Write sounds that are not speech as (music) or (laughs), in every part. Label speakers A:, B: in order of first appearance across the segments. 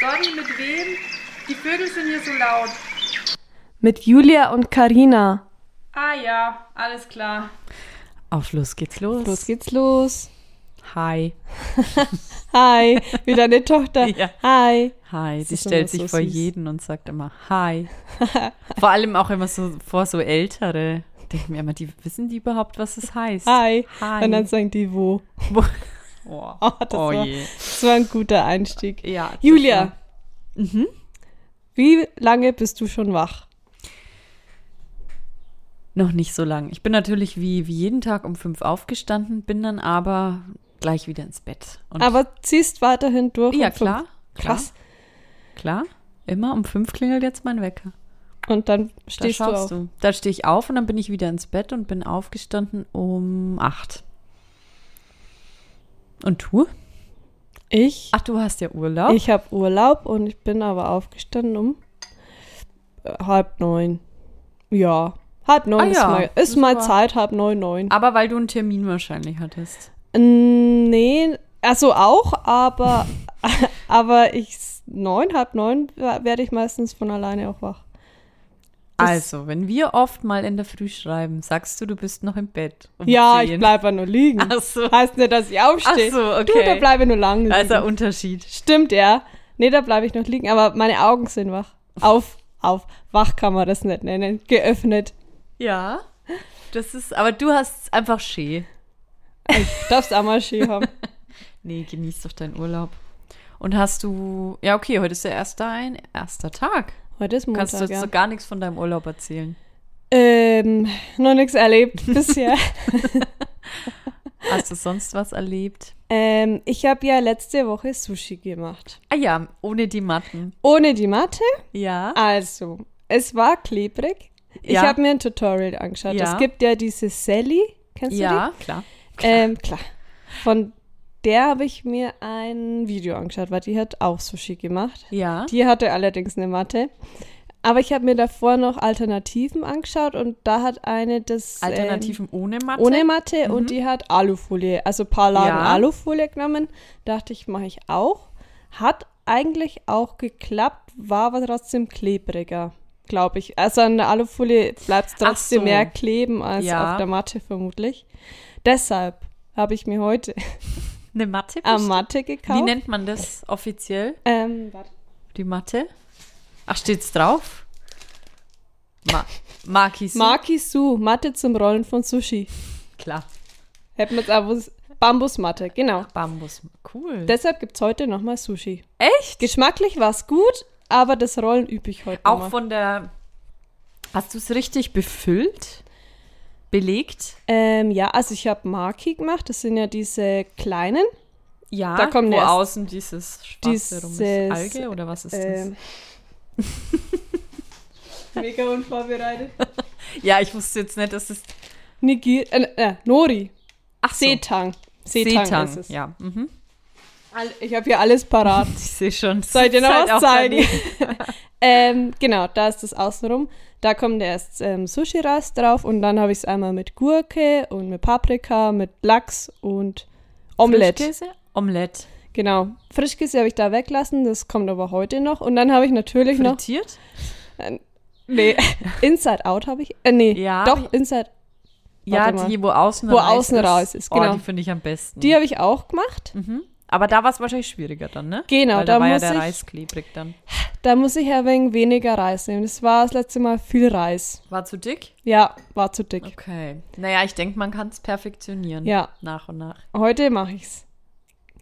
A: Sorry, mit wem? Die Vögel sind hier so laut.
B: Mit Julia und Karina.
A: Ah ja, alles klar.
C: Auf los geht's los.
D: Los geht's los.
C: Hi.
D: (laughs) Hi, wieder eine Tochter.
C: (laughs) Ja.
D: Hi.
C: Hi.
D: Das
C: Sie
D: ist
C: stellt
D: immer
C: sich
D: so
C: vor
D: süß.
C: jeden und sagt immer
D: (laughs)
C: Hi. vor allem auch immer so vor so Ältere. Denken wir immer, die wissen die überhaupt, was es heißt?
D: Hi.
C: Hi.
D: Und dann sagen die wo.
C: Wo- Oh,
D: (laughs) Oh, das,
C: oh
D: war,
C: je.
D: das war ein guter Einstieg.
C: Ja, das
D: Julia,
C: war- Mhm.
D: wie lange bist du schon wach?
C: Noch nicht so lang. Ich bin natürlich wie, wie jeden Tag um fünf aufgestanden, bin dann aber gleich wieder ins Bett. Und
D: Aber ziehst weiterhin durch.
C: ja,
D: um fünf.
C: klar.
D: Krass.
C: Klar. klar. Immer um fünf klingelt jetzt mein Wecker.
D: Und dann
C: Da
D: stehst du auf.
C: schaust du. Da stehe ich auf und dann bin ich wieder ins Bett und bin aufgestanden um acht. Und du?
D: Ich,
C: Ach, du hast ja Urlaub.
D: ich habe Urlaub und ich bin aber aufgestanden um äh, halb neun. Ja, halb neun
C: Ah
D: ist
C: ja,
D: mal, ist
C: das
D: mal
C: war-
D: Zeit, halb neun, neun.
C: Aber weil du einen Termin wahrscheinlich hattest.
D: Mm, Nee, also auch, aber, (laughs) aber ich, neun, halb neun wa- werde ich meistens von alleine auch wach. Das-
C: Also, wenn wir oft mal in der Früh schreiben, sagst du, du bist noch im Bett. Um
D: ja, ich
C: zehn. Also,
D: bleibe nur liegen.
C: (laughs) Ach so.
D: Heißt nicht, dass ich aufstehe.
C: Ach so,
D: Du,
C: okay.
D: da bleibe ich nur lang liegen.
C: Da
D: (laughs)
C: ist der also Unterschied.
D: Stimmt, ja. Nee, da bleibe ich noch liegen, aber meine Augen sind wach. Auf, auf. Wach kann man das nicht nennen. Geöffnet.
C: Ja. Das ist, aber du hast einfach schön.
D: Darfst auch mal Ski haben.
C: Nee, genieß doch deinen Urlaub. Und hast du, ja, okay, heute ist ja erst dein erster Tag.
D: Heute ist Montag,
C: Kannst du jetzt
D: ja.
C: so gar nichts von deinem Urlaub erzählen.
D: Ähm, noch nichts erlebt bisher. (laughs)
C: Hast du sonst was erlebt?
D: ähm, ich habe ja letzte Woche Sushi gemacht.
C: Ah ja, ohne die Matten.
D: Ohne die Matte.
C: Ja.
D: Also, es war klebrig. Ich
C: Ja.
D: habe mir ein Tutorial angeschaut.
C: Ja.
D: Es gibt ja diese Sally, kennst
C: ja, klar.
D: du die? Ähm, klar. Von der habe ich mir ein Video angeschaut, weil die hat auch Sushi gemacht.
C: Ja.
D: Die hatte allerdings eine Matte. Aber ich habe mir davor noch Alternativen angeschaut und da hat eine das ähm,
C: Alternativen ohne Matte.
D: ohne Matte und die hat Alufolie, also ein paar Lagen
C: Mhm. Ja.
D: Alufolie genommen. Dachte ich, mache ich auch. Hat eigentlich auch geklappt, war aber trotzdem klebriger, glaube ich. Also an der Alufolie bleibt es
C: Ach
D: trotzdem
C: so.
D: mehr kleben als
C: Ja.
D: auf der Matte vermutlich. Deshalb habe ich mir heute (laughs)
C: Eine Matte?
D: eine
C: bist-
D: Matte
C: Wie
D: gekauft.
C: nennt man das offiziell?
D: Ähm, warte.
C: Die Matte? Ach, steht's drauf? Ma Markis.
D: Makisu, Matte zum Rollen von Sushi.
C: Klar.
D: Hätten wir jetzt aber Bambusmatte, genau.
C: Bambus. Cool.
D: Deshalb gibt es heute nochmal Sushi.
C: Echt?
D: Geschmacklich war es gut, aber das Rollen übe ich heute
C: Auch
D: nochmal.
C: von der. Hast du es richtig befüllt? Belegt?
D: Ähm, ja, also ich habe Maki gemacht. Das sind ja diese kleinen.
C: Ja,
D: Da kommt
C: wo
D: erst-
C: außen dieses schwarze rum ist.
D: Dieses,
C: Alge oder was ist
D: Ähm.
C: (laughs)
D: Mega unvorbereitet.
C: das? Ja, ich wusste jetzt nicht, dass es.
D: Nigiri, äh, äh, Nori,
C: Ach so,
D: Seetang. Seetang,
C: Seetang.
D: ist es.
C: Ja, mhm.
D: All- Ich habe hier alles
C: (laughs)
D: parat.
C: ich sehe schon. es
D: Soll ich dir
C: ist
D: noch
C: halt
D: was
C: auch
D: zeigen?
C: daneben.
D: (laughs) ähm, genau, da ist das außenrum. Da kommt erst ähm, Sushi-Reis drauf und dann habe ich es einmal mit Gurke und mit Paprika, mit Lachs und Omelette.
C: Frischkäse? Omelette.
D: Genau. Frischkäse habe ich da weglassen, das kommt aber heute noch. Und dann habe ich natürlich noch.
C: Frittiert?
D: Nee, Inside Out habe ich. Äh, nee,
C: Ja,
D: doch,
C: hab
D: Inside.
C: Ja,
D: Warte mal.
C: die, wo außen
D: Wo
C: raus
D: außen
C: ist.
D: raus ist,
C: Oh,
D: genau.
C: die finde ich am besten.
D: Die habe ich auch gemacht.
C: mhm. Aber da war es wahrscheinlich schwieriger dann, ne?
D: Genau,
C: Weil da,
D: da
C: war
D: muss
C: ja der
D: ich-
C: Reis klebrig dann.
D: Da muss ich ein wenig weniger Reis nehmen. Das war das letzte Mal viel Reis.
C: War zu dick?
D: Ja, war zu dick.
C: Okay. Naja, ich denke, man kann es perfektionieren.
D: Ja.
C: Nach und nach.
D: Heute mache ich's.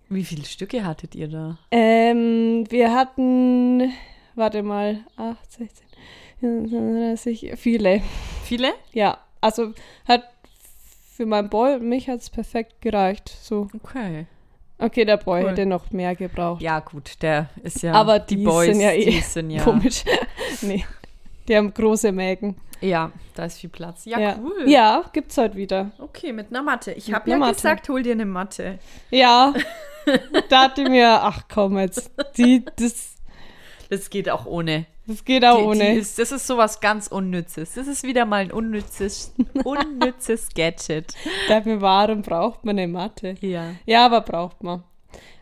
C: Wie viele Stücke hattet ihr da?
D: Ähm, wir hatten. Warte mal. 8, 16, 35, viele.
C: Viele?
D: Ja, also hat für meinen Boy und mich hat's perfekt gereicht. So.
C: Okay.
D: Okay, der Boy
C: Cool.
D: hätte noch mehr gebraucht.
C: Ja, gut, der ist ja.
D: Aber
C: die
D: die
C: Boys
D: sind ja eh
C: die sind ja.
D: Komisch. (laughs) nee. Die haben große Mägen.
C: Ja, da ist viel Platz. Ja, cool.
D: Ja, gibt's heute wieder.
C: Okay, mit einer Matte. Ich
D: Mit
C: habe ja
D: einer Matte.
C: gesagt, hol dir eine Matte.
D: Ja. da dachte ich mir, ach komm jetzt. Die, das,
C: Das geht auch ohne.
D: das geht auch
C: die,
D: ohne.
C: Die ist, das ist sowas ganz Unnützes. Das ist wieder mal ein unnützes, unnützes Gadget.
D: Ich dachte mir, warum braucht man eine Matte?
C: Ja.
D: Ja, aber braucht man.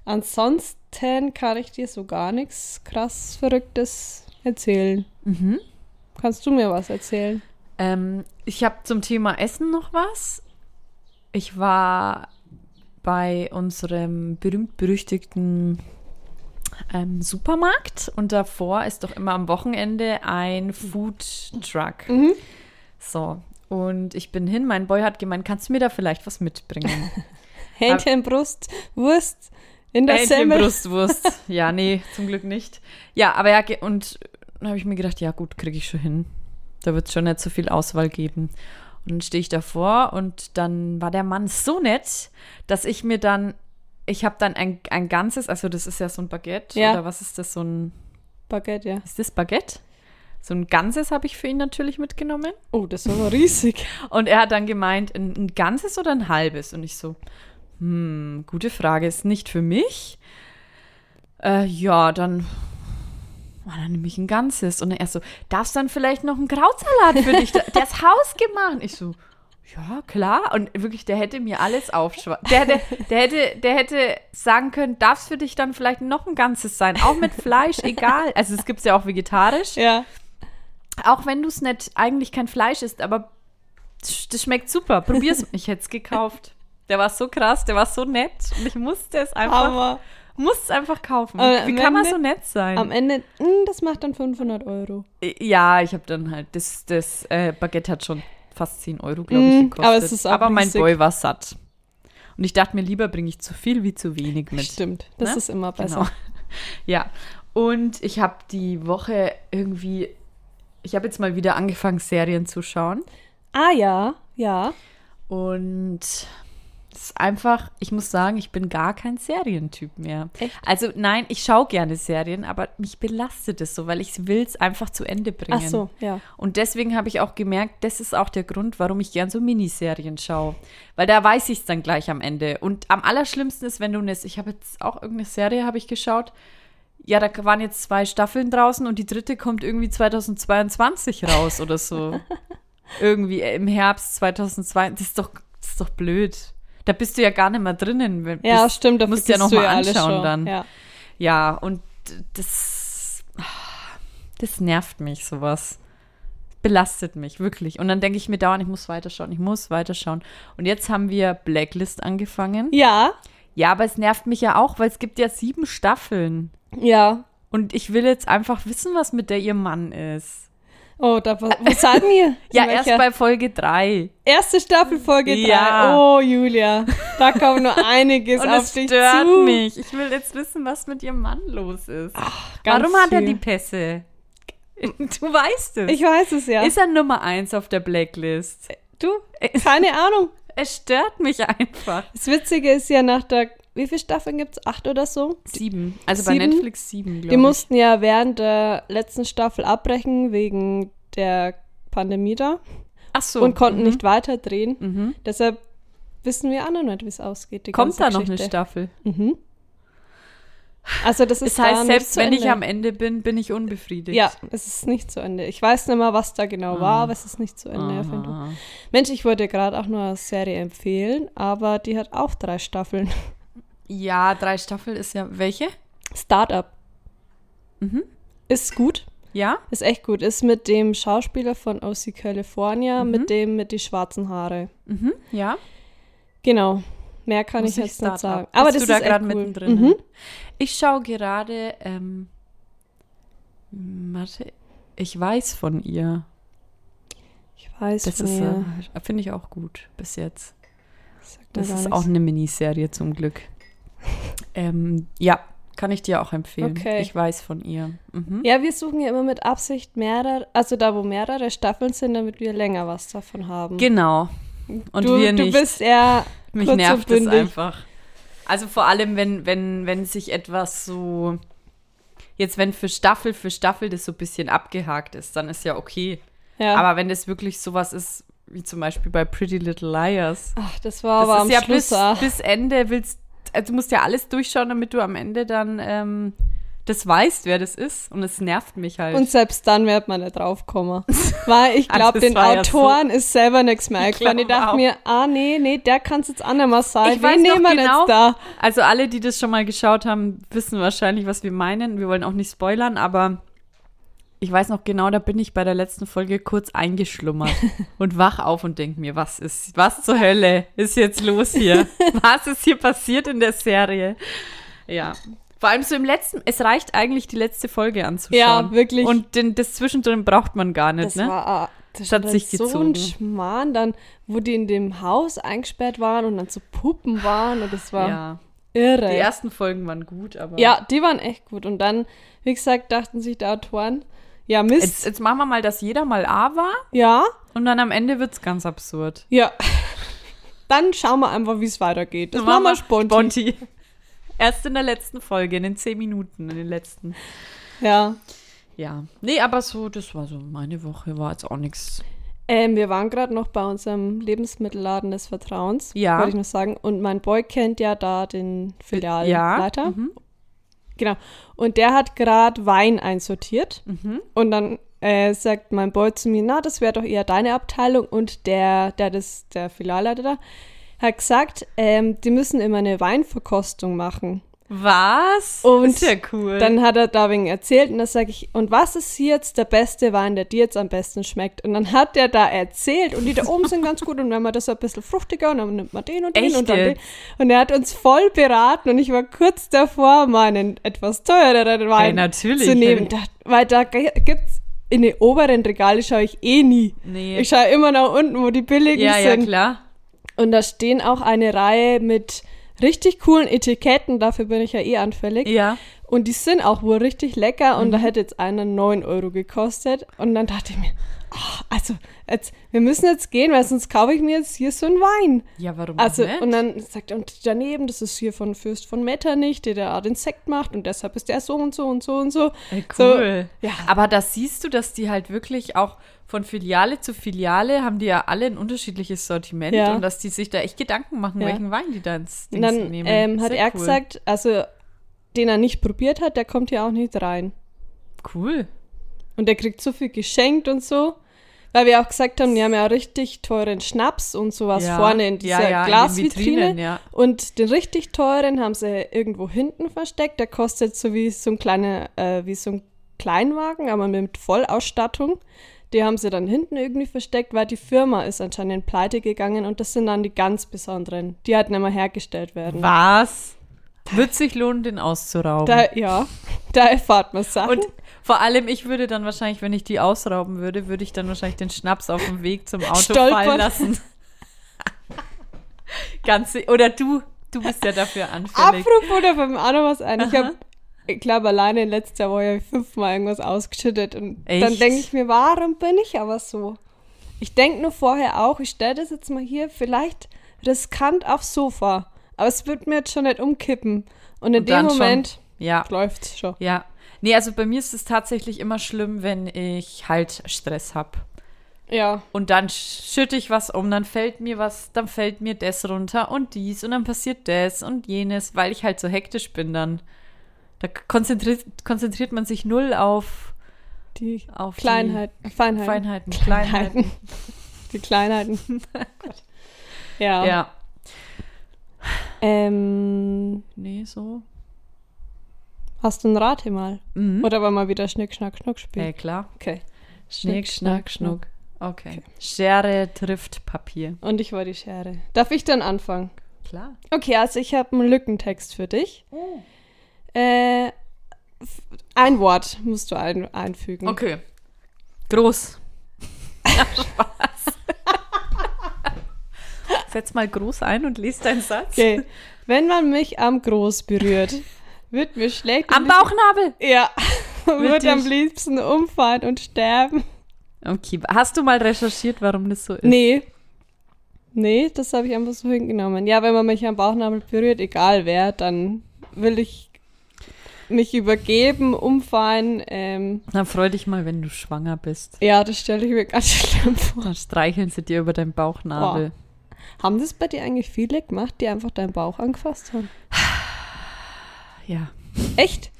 D: Ansonsten kann ich dir so gar nichts krass Verrücktes erzählen.
C: Mhm.
D: Kannst du mir was erzählen?
C: Ähm, ich habe zum Thema Essen noch was. Ich war bei unserem berühmt-berüchtigten ähm, Supermarkt und davor ist doch immer am Wochenende ein Food Truck. So, und ich bin hin. Mein Boy hat gemeint, kannst du mir da vielleicht was mitbringen?
D: Hähnchen, Brust, Wurst in der
C: Ähm. Hähnchen,
D: Semmel.
C: Brustwurst. Ja, nee, zum Glück nicht. Ja, aber ja, ge- und dann habe ich mir gedacht, ja gut, kriege ich schon hin. Da wird es schon nicht so viel Auswahl geben. Und dann stehe ich davor und dann war der Mann so nett, dass ich mir dann, ich habe dann ein, ein ganzes, also das ist ja so ein Baguette
D: Ja.
C: oder was ist das, so ein,
D: Baguette, ja.
C: ist das Baguette? So ein ganzes habe ich für ihn natürlich mitgenommen.
D: Oh, das war aber riesig.
C: Und er hat dann gemeint, ein, ein ganzes oder ein halbes? Und ich so, hm, gute Frage, ist nicht für mich. Äh, ja, dann, oh, dann nehme ich ein ganzes. Und er so, darfst dann vielleicht noch einen Krautsalat für dich, da- der ist hausgemacht. Ich so, ja, klar. Und wirklich, der hätte mir alles aufschwatzen. Der, hätte- der, hätte, der hätte sagen können, darf es für dich dann vielleicht noch ein ganzes sein? Auch mit Fleisch, egal. Also es gibt es ja auch vegetarisch
D: Ja.
C: auch wenn du es nicht eigentlich kein Fleisch ist, aber sch- das schmeckt super. Probier's. ich hätte es gekauft. Der war so krass, der war so nett und ich musste es einfach,
D: Aber
C: musste es einfach kaufen.
D: Aber
C: Wie
D: am
C: kann man
D: Ende-
C: so nett sein?
D: Äh, am Ende, mh, das macht dann 500 Euro.
C: ja, ich habe dann halt das, das äh, Baguette hat schon fast 10 Euro, glaube ich,
D: Mm,
C: gekostet.
D: aber es ist auch
C: aber mein
D: riesig.
C: Boy war satt. Und ich dachte mir, lieber bringe ich zu viel wie zu wenig mit.
D: Stimmt, das
C: Ne?
D: ist immer
C: Genau.
D: besser.
C: Ja. Und ich habe die Woche irgendwie, ich habe jetzt mal wieder angefangen, Serien zu schauen.
D: Ah ja, ja.
C: Und es ist einfach, ich muss sagen, ich bin gar kein Serientyp mehr.
D: Echt?
C: Also nein, ich schaue gerne Serien, aber mich belastet es so, weil ich will es einfach zu Ende bringen.
D: Ach so, ja.
C: Und deswegen habe ich auch gemerkt, das ist auch der Grund, warum ich gern so Miniserien schaue. Weil da weiß ich es dann gleich am Ende. Und am allerschlimmsten ist, wenn du eine, ich habe jetzt auch irgendeine Serie, habe ich geschaut. Ja, da waren jetzt zwei Staffeln draußen und die dritte kommt irgendwie 2022 raus oder so. irgendwie im Herbst 2022. Das ist doch, das ist doch blöd. Da bist du ja gar nicht mehr drinnen. wenn-
D: Ja,
C: bist,
D: stimmt, da
C: musst du ja
D: vergisst
C: nochmal
D: alles
C: anschauen
D: schon.
C: dann.
D: Ja.
C: Ja, und das, das nervt mich, sowas. Belastet mich, wirklich. Und dann denke ich mir dauernd, ich muss weiterschauen, ich muss weiterschauen. Und jetzt haben wir Blacklist angefangen.
D: ja,
C: Ja, aber es nervt mich ja auch, weil es gibt ja sieben Staffeln.
D: ja.
C: Und ich will jetzt einfach wissen, was mit der ihr Mann ist.
D: Oh, da, was, was sagen wir?
C: (laughs) Ja,
D: In
C: erst
D: welcher-
C: bei Folge drei
D: Erste Staffel Folge 3.
C: Ja.
D: Oh, Julia, da kommt nur einiges
C: (laughs) Und
D: auf
C: es
D: dich
C: stört
D: zu.
C: mich. Ich will jetzt wissen, was mit ihrem Mann los ist.
D: ganz
C: Warum hat er
D: viel.
C: die Pässe? (laughs) Du weißt es.
D: Ich weiß es ja.
C: Ist er Nummer eins auf der Blacklist?
D: du, (laughs) keine Ahnung.
C: Es stört mich einfach.
D: Das Witzige ist ja nach der, wie viele Staffeln gibt es? Acht oder so?
C: Sieben. Also bei
D: Sieben?
C: Netflix sieben,
D: Die
C: glaube ich.
D: mussten ja während der letzten Staffel abbrechen wegen der Pandemie da
C: Ach so.
D: und konnten
C: mhm.
D: nicht weiter drehen.
C: Mhm.
D: Deshalb wissen wir auch noch nicht, wie es ausgeht. Die
C: Kommt
D: ganze
C: da noch eine
D: Geschichte.
C: Staffel?
D: Mhm. Also das ist
C: Das
D: da
C: heißt,
D: nicht
C: selbst
D: zu
C: wenn
D: Ende.
C: ich am Ende bin, bin ich unbefriedigt.
D: ja, es ist nicht zu Ende. Ich weiß nicht mal, was da genau
C: Ah.
D: war, aber es ist nicht zu Ende. auf jeden Fall.
C: Aha.
D: Mensch, ich wollte gerade auch nur eine Serie empfehlen, aber die hat auch drei Staffeln. (laughs)
C: Ja, drei Staffeln ist ja. Welche?
D: Startup.
C: Mhm.
D: Ist gut.
C: Ja?
D: Ist echt gut. Ist mit dem Schauspieler von OC California, mit dem mit die schwarzen Haare.
C: Mhm. Ja.
D: Genau. Mehr kann
C: Muss
D: ich jetzt
C: Start-up?
D: nicht sagen.
C: Bist
D: Aber
C: du
D: das
C: da
D: ist echt
C: gerade
D: cool.
C: mittendrin. ne?
D: Mhm.
C: Ich schaue gerade. Ähm, warte. Ich weiß von ihr.
D: Ich weiß
C: Das
D: von
C: ist,
D: ihr.
C: äh, finde ich auch gut bis jetzt.
D: Sagt mir
C: Das
D: gar
C: ist
D: nichts.
C: auch eine Miniserie zum Glück. Ähm, ja, kann ich dir auch empfehlen.
D: Okay.
C: Ich weiß von ihr. Mhm.
D: Ja, wir suchen ja immer mit Absicht mehrere, also da wo mehrere Staffeln sind, damit wir länger was davon haben.
C: Genau. Und
D: du,
C: wir
D: Du
C: nicht.
D: bist eher
C: Mich
D: kurz und
C: nervt es
D: bündig.
C: einfach. Also vor allem, wenn, wenn, wenn sich etwas so. Jetzt, wenn für Staffel für Staffel das so ein bisschen abgehakt ist, dann ist ja okay.
D: Ja.
C: Aber wenn das wirklich sowas ist, wie zum Beispiel bei Pretty Little Liars,
D: Ach, das war aber
C: das
D: am
C: ist ja
D: Schluss
C: bis, äh,
D: auch.
C: bis Ende willst, also du musst ja alles durchschauen, damit du am Ende dann ähm, das weißt, wer das ist. Und es nervt mich halt.
D: Und selbst dann wird man nicht
C: (laughs)
D: draufkommen. Weil ich glaube,
C: Also, das
D: den
C: war ja
D: Autoren ist selber nichts mehr eingefallen. Ich,
C: glaub
D: dachte
C: auch.
D: mir, ah nee, nee, der kann es jetzt auch nicht mehr sein.
C: Ich weiß
D: Wen
C: noch
D: nehmen wir
C: genau-
D: jetzt da?
C: Also alle, die das schon mal geschaut haben, wissen wahrscheinlich, was wir meinen. Wir wollen auch nicht spoilern, aber ich weiß noch genau, da bin ich bei der letzten Folge
D: (laughs)
C: kurz eingeschlummert und wach auf und denk mir, was ist, was zur Hölle ist jetzt los
D: (laughs)
C: hier? Was ist hier passiert in der Serie? Ja. Vor allem so im letzten, es reicht eigentlich, die letzte Folge anzuschauen.
D: Ja, wirklich.
C: Und den, das zwischendrin braucht man gar nicht,
D: Das
C: ne?
D: war ah, das
C: Statt
D: war
C: sich
D: so ein
C: gezogen.
D: Schmarrn, dann, wo die in dem Haus eingesperrt waren und dann so Puppen waren und das war
C: ja.
D: irre.
C: Die ersten Folgen waren gut, aber.
D: ja, die waren echt gut. Und dann, wie gesagt, dachten sich die Autoren, ja Mist,
C: Jetzt, jetzt machen wir mal, dass jeder mal A war.
D: ja,
C: Und dann am Ende wird's ganz absurd.
D: ja. (laughs) Dann schauen wir einfach, wie es weitergeht. Das machen wir spontan.
C: Sponti. (laughs) Erst in der letzten Folge, in den zehn Minuten, in den letzten.
D: Ja.
C: Ja. Nee, aber so, das war so, meine Woche war jetzt auch nichts.
D: Ähm, wir waren gerade noch bei unserem Lebensmittelladen des Vertrauens,
C: Ja.
D: wollte ich noch sagen. Und mein Boy kennt ja da den Filialleiter.
C: Ja. Mhm.
D: Genau. Und der hat gerade Wein einsortiert.
C: Mhm.
D: Und dann äh, sagt mein Boy zu mir, na, das wäre doch eher deine Abteilung. Und der, der das, der Filialleiter da, hat gesagt, ähm, die müssen immer eine Weinverkostung machen.
C: Was?
D: Und
C: ist ja cool.
D: Dann hat er da wegen erzählt und dann sage ich, und was ist hier jetzt der beste Wein, der dir jetzt am besten schmeckt? Und dann hat er da erzählt und die da oben sind ganz gut und wenn man das ein bisschen fruchtiger und dann nimmt man den und den und dann
C: Echt
D: den. Und er hat uns voll beraten und ich war kurz davor, meinen etwas teureren Wein
C: Ey, natürlich.
D: zu nehmen. Da, weil da ge- gibt's in den oberen Regale schaue ich eh nie.
C: Nee.
D: Ich schaue immer nach unten, wo die billigen
C: ja, ja,
D: sind.
C: klar.
D: Und da stehen auch eine Reihe mit richtig coolen Etiketten, dafür bin ich ja eh anfällig.
C: Ja.
D: Und die sind auch wohl richtig lecker und da
C: Mhm.
D: hätte jetzt einer 9 Euro gekostet. Und dann dachte ich mir, ah, also jetzt, wir müssen jetzt gehen, weil sonst kaufe ich mir jetzt hier so einen Wein.
C: Ja, warum auch
D: Also,
C: nicht?
D: und dann sagt er, und daneben, das ist hier von Fürst von Metternich, der da den Sekt macht und deshalb ist der so und so und so und so.
C: Ey,
D: So,
C: Äh, cool.
D: ja.
C: Aber da siehst du, dass die halt wirklich auch von Filiale zu Filiale haben die ja alle ein unterschiedliches Sortiment
D: Ja.
C: und dass die sich da echt Gedanken machen,
D: Ja.
C: welchen Wein die da ins Ding
D: Und dann
C: nehmen.
D: ähm, hat
C: Sehr
D: er
C: cool.
D: gesagt, also den er nicht probiert hat, der kommt hier auch nicht rein.
C: Cool.
D: Und der kriegt so viel geschenkt und so. Weil wir auch gesagt haben, die haben ja richtig teuren Schnaps und sowas
C: Ja,
D: vorne in dieser
C: ja, ja, in den
D: Glasvitrine.
C: Vitrinen, ja.
D: Und den richtig teuren haben sie irgendwo hinten versteckt. Der kostet so wie so ein kleiner, äh, wie so ein Kleinwagen, aber mit Vollausstattung. Die haben sie dann hinten irgendwie versteckt, weil die Firma ist anscheinend pleite gegangen und das sind dann die ganz besonderen. Die halt nicht mehr hergestellt werden.
C: Was? Wird sich lohnen, den auszurauben.
D: Da, ja, da erfahrt man Sachen.
C: und vor allem, ich würde dann wahrscheinlich, wenn ich die ausrauben würde, würde ich dann wahrscheinlich den Schnaps auf dem Weg zum Auto
D: (laughs) Stolpern.
C: fallen lassen. (laughs) Ganz, si- oder du, du bist ja dafür anfällig.
D: Apropos, da fällt mir auch noch was ein. Ich
C: Aha.
D: habe, ich glaube, alleine in letzter Woche hab ich fünfmal irgendwas ausgeschüttet. Und dann
C: Echt?
D: denke ich mir, warum bin ich aber so? Ich denke nur vorher auch, ich stelle das jetzt mal hier vielleicht riskant aufs Sofa. Aber es wird mir jetzt schon nicht umkippen. Und in dem
C: Und dann schon.
D: Moment
C: Ja.
D: läuft's schon.
C: Ja. Nee, also bei mir ist es tatsächlich immer schlimm, wenn ich halt Stress habe.
D: Ja.
C: Und dann sch- schütte ich was um, dann fällt mir was, dann fällt mir das runter und dies und dann passiert das und jenes, weil ich halt so hektisch bin dann. Da k- konzentriert, konzentriert man sich null auf
D: Die
C: Auf die
D: Kleinheit, Feinheiten.
C: Feinheiten,
D: Kleinheiten.
C: Kleinheiten.
D: (laughs) Die
C: (laughs)
D: Kleinheiten. (laughs) ja.
C: Ja.
D: Ähm,
C: Nee, so.
D: hast du ein Rate mal?
C: Mhm. Äh,
D: Oder wollen wir wieder Schnick, Schnack, Schnuck spielen?
C: Ey, klar.
D: Okay.
C: Schnick, schnack, schnuck. Okay. Schere trifft Papier.
D: Und ich war die Schere. Darf ich dann anfangen?
C: Klar.
D: Okay, also ich habe einen Lückentext für dich.
C: Oh.
D: Äh, f- ein Wort musst du ein, einfügen.
C: Okay. Groß. (laughs) Ja, Spaß. (laughs) Setz mal groß ein und lest deinen Satz.
D: okay. Wenn man mich am Groß
C: (laughs)
D: berührt, wird mir schlecht.
C: Am
D: und ich-
C: Bauchnabel.
D: Ja. (laughs) wird
C: dich-
D: am liebsten umfahren und sterben.
C: Okay, hast du mal recherchiert, warum das so ist?
D: Nee. Nee, das habe ich einfach so hingenommen. Ja, wenn man mich am Bauchnabel berührt, egal wer, dann will ich mich übergeben, umfallen. Ähm,
C: Dann freu dich mal, wenn du schwanger bist.
D: ja, das stelle ich mir ganz (laughs) schlimm vor.
C: Dann streicheln sie dir über deinen Bauchnabel.
D: Haben das bei dir eigentlich viele gemacht, die einfach deinen Bauch angefasst haben?
C: Ja.
D: Echt?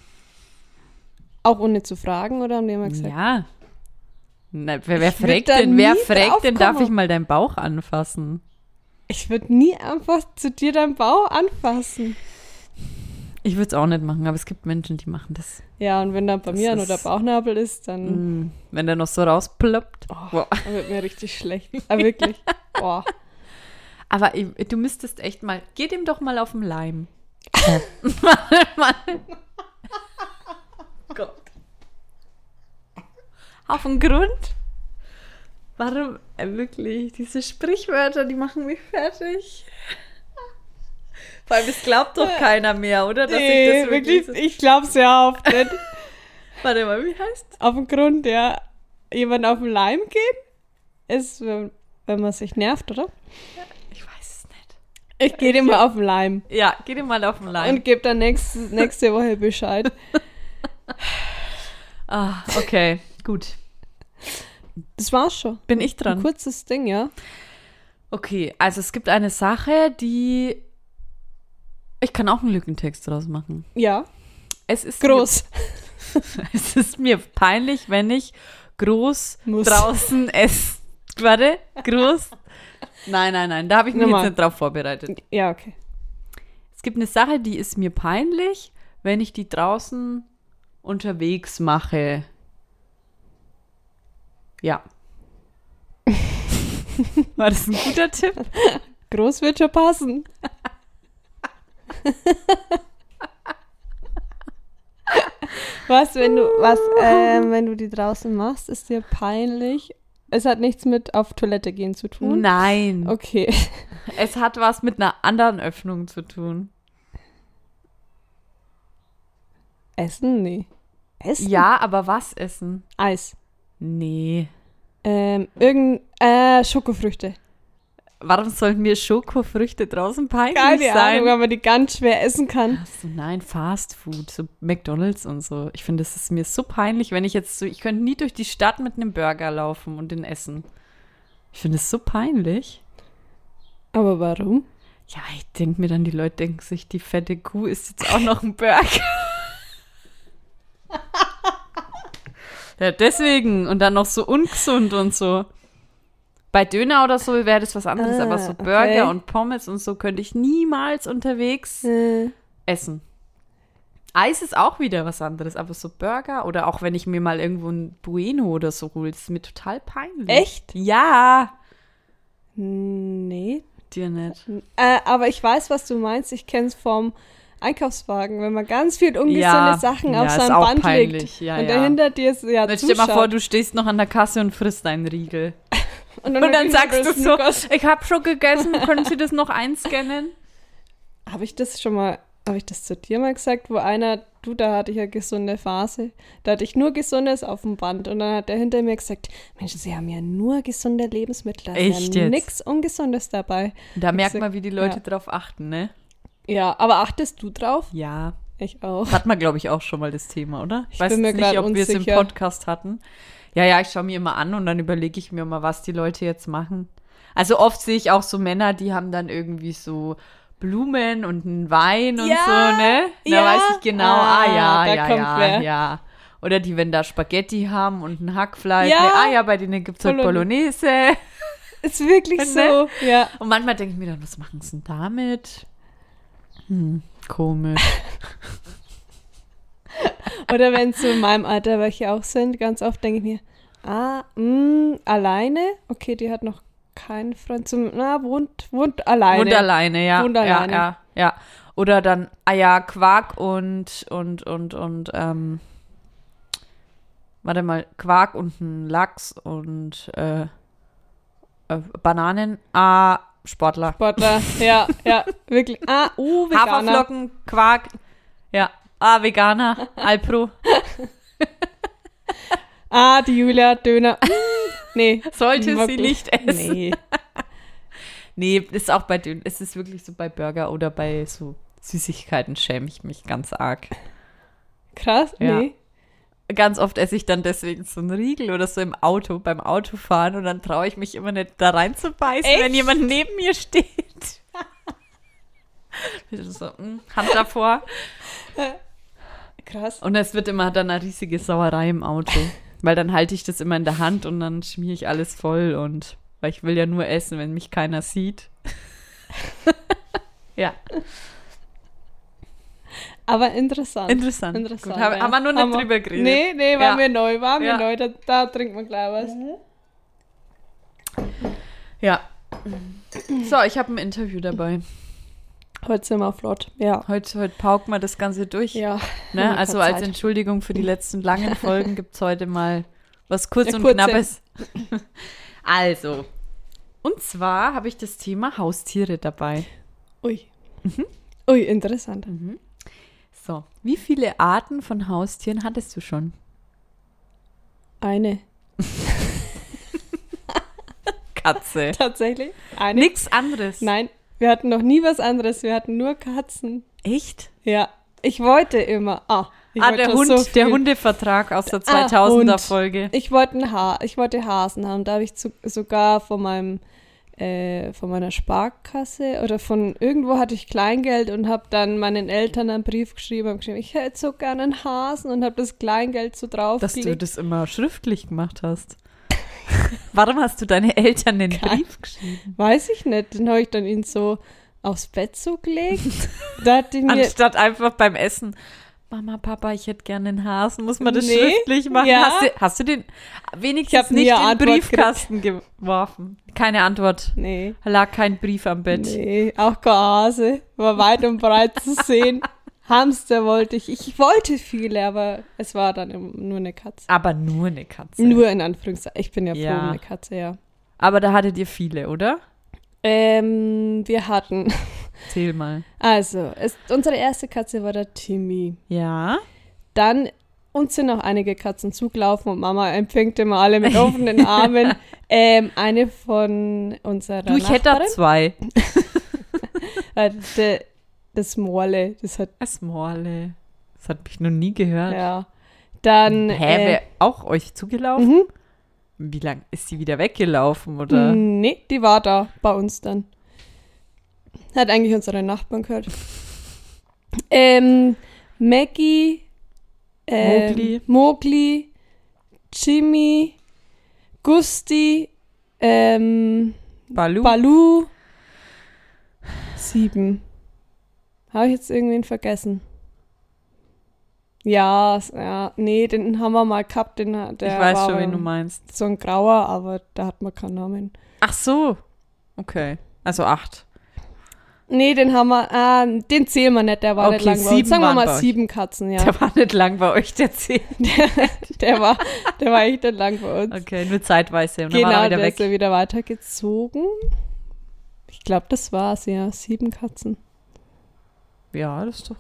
D: Auch ohne zu fragen, oder haben die immer gesagt?
C: Ja. Na, wer wer
D: Ich würd
C: fragt
D: da
C: denn, wer
D: nie
C: fragt denn, darf
D: draufkommen.
C: ich mal deinen Bauch anfassen?
D: Ich würde nie einfach zu dir deinen Bau anfassen.
C: Ich würde es auch nicht machen, aber es gibt Menschen, die machen das.
D: Ja, und wenn dann bei
C: Das
D: mir
C: ist-
D: nur der Bauchnabel ist, dann
C: Mm. Wenn der noch so rausploppt. Boah.
D: dann wird mir richtig schlecht. Ah, wirklich.
C: (laughs)
D: Boah.
C: Aber ich- du müsstest echt mal, geh dem doch mal auf
D: (laughs)
C: den Leim. Gott. Auf den Grund? Warum? äh, Wirklich, diese Sprichwörter, die machen mich fertig. Vor allem, es glaubt doch keiner mehr, oder? Dass ich
D: Nee,
C: das
D: wirklich,
C: wirklich.
D: ich glaub's ja oft nicht.
C: so- Warte mal, wie heißt?
D: auf den Grund, ja. Jemand auf den Leim gehen, ist, wenn, wenn man sich nervt, oder?
C: Ich weiß es nicht.
D: Ich gehe dir mal auf den Leim
C: Äh, Ja, geh dem mal auf den Leim.
D: und gebe dann nächste, nächste Woche Bescheid.
C: ah, okay, gut.
D: Das war's schon.
C: Bin ich dran?
D: Ein kurzes Ding, ja.
C: Okay, also es gibt eine Sache, die. Ich kann auch einen Lückentext draus machen.
D: Ja,
C: Es ist
D: groß.
C: Mir, (laughs) es ist mir peinlich, wenn ich groß
D: Muss.
C: draußen esse. Warte, groß. Nein, nein, nein, da habe ich mich
D: Nochmal.
C: jetzt nicht drauf vorbereitet.
D: Ja, okay.
C: Es gibt eine Sache, die ist mir peinlich, wenn ich die draußen unterwegs mache.
D: (laughs)
C: Ja. War das ein guter Tipp?
D: Groß wird schon passen. was, wenn du, was, ähm, wenn du die draußen machst, ist dir peinlich. Es hat nichts mit auf Toilette gehen zu tun.
C: Nein.
D: Okay.
C: Es hat was mit einer anderen Öffnung zu tun.
D: Essen? Nee. Essen?
C: Ja, aber was essen?
D: Eis.
C: Nee.
D: Ähm, irgend, äh, Schokofrüchte.
C: Warum sollen mir Schokofrüchte draußen peinlich
D: Keine
C: sein?
D: Ahnung, weil man die ganz schwer essen kann.
C: Ach so, nein, Fast Food, so McDonalds und so. Ich finde, es ist mir so peinlich, wenn ich jetzt so, ich könnte nie durch die Stadt mit einem Burger laufen und den essen. Ich finde es so peinlich.
D: Aber warum?
C: Ja, ich denke mir dann, die Leute denken sich, die fette Kuh ist jetzt auch noch ein Burger. (laughs) ja, deswegen. Und dann noch so ungesund und so. Bei Döner oder so wäre das was anderes,
D: Ah,
C: aber so
D: okay.
C: Burger und Pommes und so könnte ich niemals unterwegs
D: Äh,
C: essen. Eis ist auch wieder was anderes, aber so Burger oder auch wenn ich mir mal irgendwo ein Bueno oder so hole, das ist mir total peinlich.
D: Echt?
C: Ja.
D: nee.
C: Dir nicht.
D: Äh, aber ich weiß, was du meinst. Ich kenn's vom Einkaufswagen, wenn man ganz viel ungesunde
C: Ja.
D: Sachen
C: Ja,
D: auf
C: ist
D: seinem
C: auch
D: Band legt.
C: peinlich. Ja,
D: und
C: ja.
D: dahinter dir ist ja
C: Dann stell
D: zuschaut.
C: dir mal vor, du stehst noch an der Kasse und frisst einen Riegel.
D: und
C: Und dann
D: wirklich
C: sagst du
D: nur
C: so,
D: Snickers.
C: ich habe schon gegessen, können Sie das noch einscannen?
D: Habe ich das schon mal, habe ich das zu dir mal gesagt, wo einer, du, da hatte ich eine gesunde Phase, da hatte ich nur Gesundes auf dem Band und dann hat der hinter mir gesagt, Mensch, sie haben ja nur gesunde Lebensmittel, da
C: Echt
D: ist ja
C: jetzt?
D: nichts Ungesundes dabei.
C: Da merkt
D: sag-
C: man, wie die Leute
D: ja.
C: drauf achten, ne?
D: Ja, aber achtest du drauf?
C: Ja.
D: Ich auch.
C: Hat man, glaube ich, auch schon mal das Thema, oder? Ich weiß
D: bin mir
C: jetzt
D: grad
C: nicht, ob wir es im
D: unsicher.
C: Podcast hatten. Ja, ja, ich schaue mir immer an und dann überlege ich mir mal, was die Leute jetzt machen. Also oft sehe ich auch so Männer, die haben dann irgendwie so Blumen und einen Wein und
D: Ja,
C: so, ne? Da
D: ja.
C: weiß ich genau, ah,
D: Ah,
C: ja,
D: da
C: ja,
D: kommt
C: ja,
D: wer.
C: ja. Oder die, wenn da Spaghetti haben und ein Hackfleisch.
D: Ja.
C: Ne? Ah ja, bei denen gibt es halt
D: Bolognese.
C: Bolognese.
D: Ist wirklich so.
C: Ne?
D: Ja.
C: Und manchmal denke ich mir dann, was machen sie denn damit? Hm, komisch.
D: Oder wenn es so in meinem Alter welche auch sind, ganz oft denke ich mir, ah, mh, alleine? Okay, die hat noch keinen Freund zum, na, wohnt, wohnt alleine.
C: Und alleine, ja.
D: Und alleine.
C: Ja, ja, ja. Oder dann, ah ja, Quark und, und, und, und, ähm, warte mal, Quark und ein Lachs und, äh, äh Bananen, ah, Sportler.
D: Sportler, ja, ja, wirklich. Ah, uh, Veganer.
C: Haferflocken, Quark, ja, ah, Veganer, Alpro.
D: Ah, die Julia, Döner. Mm, nee.
C: Sollte sie
D: wirklich.
C: nicht essen.
D: Nee.
C: Nee, ist auch bei denen, es ist wirklich so bei Burger oder bei so Süßigkeiten schäme ich mich ganz arg.
D: Krass,
C: Ja.
D: nee.
C: ganz oft esse ich dann deswegen so einen Riegel oder so im Auto, beim Autofahren und dann traue ich mich immer nicht da reinzubeißen,
D: Echt?
C: wenn jemand neben mir steht. (laughs) hm, Ich so, mm, Hand davor.
D: Krass.
C: Und es wird immer dann eine riesige Sauerei im Auto. weil dann halte ich das immer in der Hand und dann schmier ich alles voll und weil ich will ja nur essen, wenn mich keiner sieht. (laughs) ja,
D: Aber interessant.
C: interessant.
D: Interessant.
C: Gut, haben,
D: ja.
C: haben wir noch nicht
D: Haben wir-
C: drüber geredet.
D: Nee, nee, war
C: Ja.
D: mir neu, war mir
C: Ja. Mhm.
D: neu. Da, da trinkt man gleich was.
C: Ja.
D: Mhm.
C: So, ich habe ein Interview dabei.
D: Heute sind wir flott. Ja.
C: Heute, heute pauken wir das Ganze durch.
D: Ja.
C: Ne?
D: Ja,
C: Also
D: keine
C: als
D: Zeit.
C: Entschuldigung für die letzten
D: (laughs)
C: langen Folgen gibt es heute mal was kurz
D: Ja,
C: und
D: kurze.
C: knappes. (laughs) also, und zwar habe ich das Thema Haustiere dabei.
D: Ui.
C: Mhm.
D: Ui, interessant.
C: So, wie viele Arten von Haustieren hattest du schon?
D: Eine.
C: Katze.
D: Tatsächlich? Eine.
C: Nix anderes.
D: Nein, wir hatten noch nie was anderes. Wir hatten nur Katzen.
C: Echt?
D: Ja. Ich wollte immer. Ah, ich
C: ah,
D: wollte
C: der
D: schon
C: Hund,
D: so
C: der
D: viel.
C: Hundevertrag aus der
D: Ah,
C: 2000er
D: Hund.
C: Folge.
D: Ich wollte, ein ha ich wollte Hasen haben. Da habe ich zu, sogar von meinem äh, von meiner Sparkasse oder von irgendwo hatte ich Kleingeld und habe dann meinen Eltern einen Brief geschrieben, habe geschrieben, ich hätte so gerne einen Hasen und habe das Kleingeld so drauf
C: Dass du das immer schriftlich gemacht hast. (laughs) Warum hast du deine Eltern den Brief geschrieben?
D: Weiß ich nicht, den habe ich dann ihn so aufs Bett so gelegt. da hat
C: (laughs)
D: die mir
C: Anstatt einfach beim Essen. Mama, Papa, ich hätte gerne einen Hasen. Muss man das
D: Nee,
C: schriftlich machen?
D: ja.
C: Hast, du, hast du den
D: Ich
C: wenigstens
D: hab nie
C: nicht in
D: eine
C: den
D: Antwort
C: Briefkasten geworfen? Keine Antwort.
D: Nee.
C: Lag kein Brief am Bett.
D: Nee, auch kein Hase. War weit und breit zu
C: (laughs)
D: sehen. Hamster wollte ich. Ich wollte viele, aber es war dann im- nur eine Katze.
C: Aber nur eine Katze.
D: Nur in Anführungszeichen. Ich bin ja froh
C: Ja.
D: um eine Katze, ja.
C: Aber da hattet ihr viele, oder?
D: Ähm, wir hatten.
C: Zähl mal.
D: Also, es, unsere erste Katze war der Timmy.
C: Ja.
D: Dann uns sind noch einige Katzen zugelaufen und Mama empfängt immer alle mit
C: (laughs)
D: offenen Armen. ähm, eine von unserer
C: Du, ich hätte auch
D: Nachbarin,
C: zwei.
D: äh, de, das Morle, das hat
C: Das Morle. Das hat mich noch nie gehört.
D: ja. Dann
C: Ah. Hä,
D: äh,
C: wer auch euch zugelaufen?
D: Mhm.
C: Wie lang ist sie wieder weggelaufen, oder?
D: mm, Nee, die war da bei uns dann. Hat eigentlich unsere Nachbarn
C: (laughs)
D: gehört. ähm, Maggie, ähm,
C: Mowgli.
D: Mowgli, Jimmy, Gusti, ähm,
C: Balu?
D: Balu. Sieben. Habe ich jetzt irgendwen vergessen? Ja, s- ja, nee, den haben wir mal gehabt. Den, der
C: ich weiß
D: war
C: schon,
D: aber
C: wen du meinst.
D: So ein grauer, aber da hat man keinen Namen.
C: Ach so. Okay. Also acht.
D: Nee, den haben wir, ah, den zählen wir nicht, der war nicht
C: Okay,
D: lang bei uns.
C: sieben
D: Sagen wir
C: waren
D: mal
C: bei euch.
D: sieben Katzen, ja.
C: Der war nicht lang bei euch, der zehn.
D: (laughs) Der war, der war echt nicht lang bei uns.
C: Okay, nur zeitweise. Und dann war
D: genau,
C: er wieder
D: der
C: weg.
D: ist ja wieder weitergezogen. Ich glaube, das war's, ja. Sieben Katzen.
C: Ja, das ist doch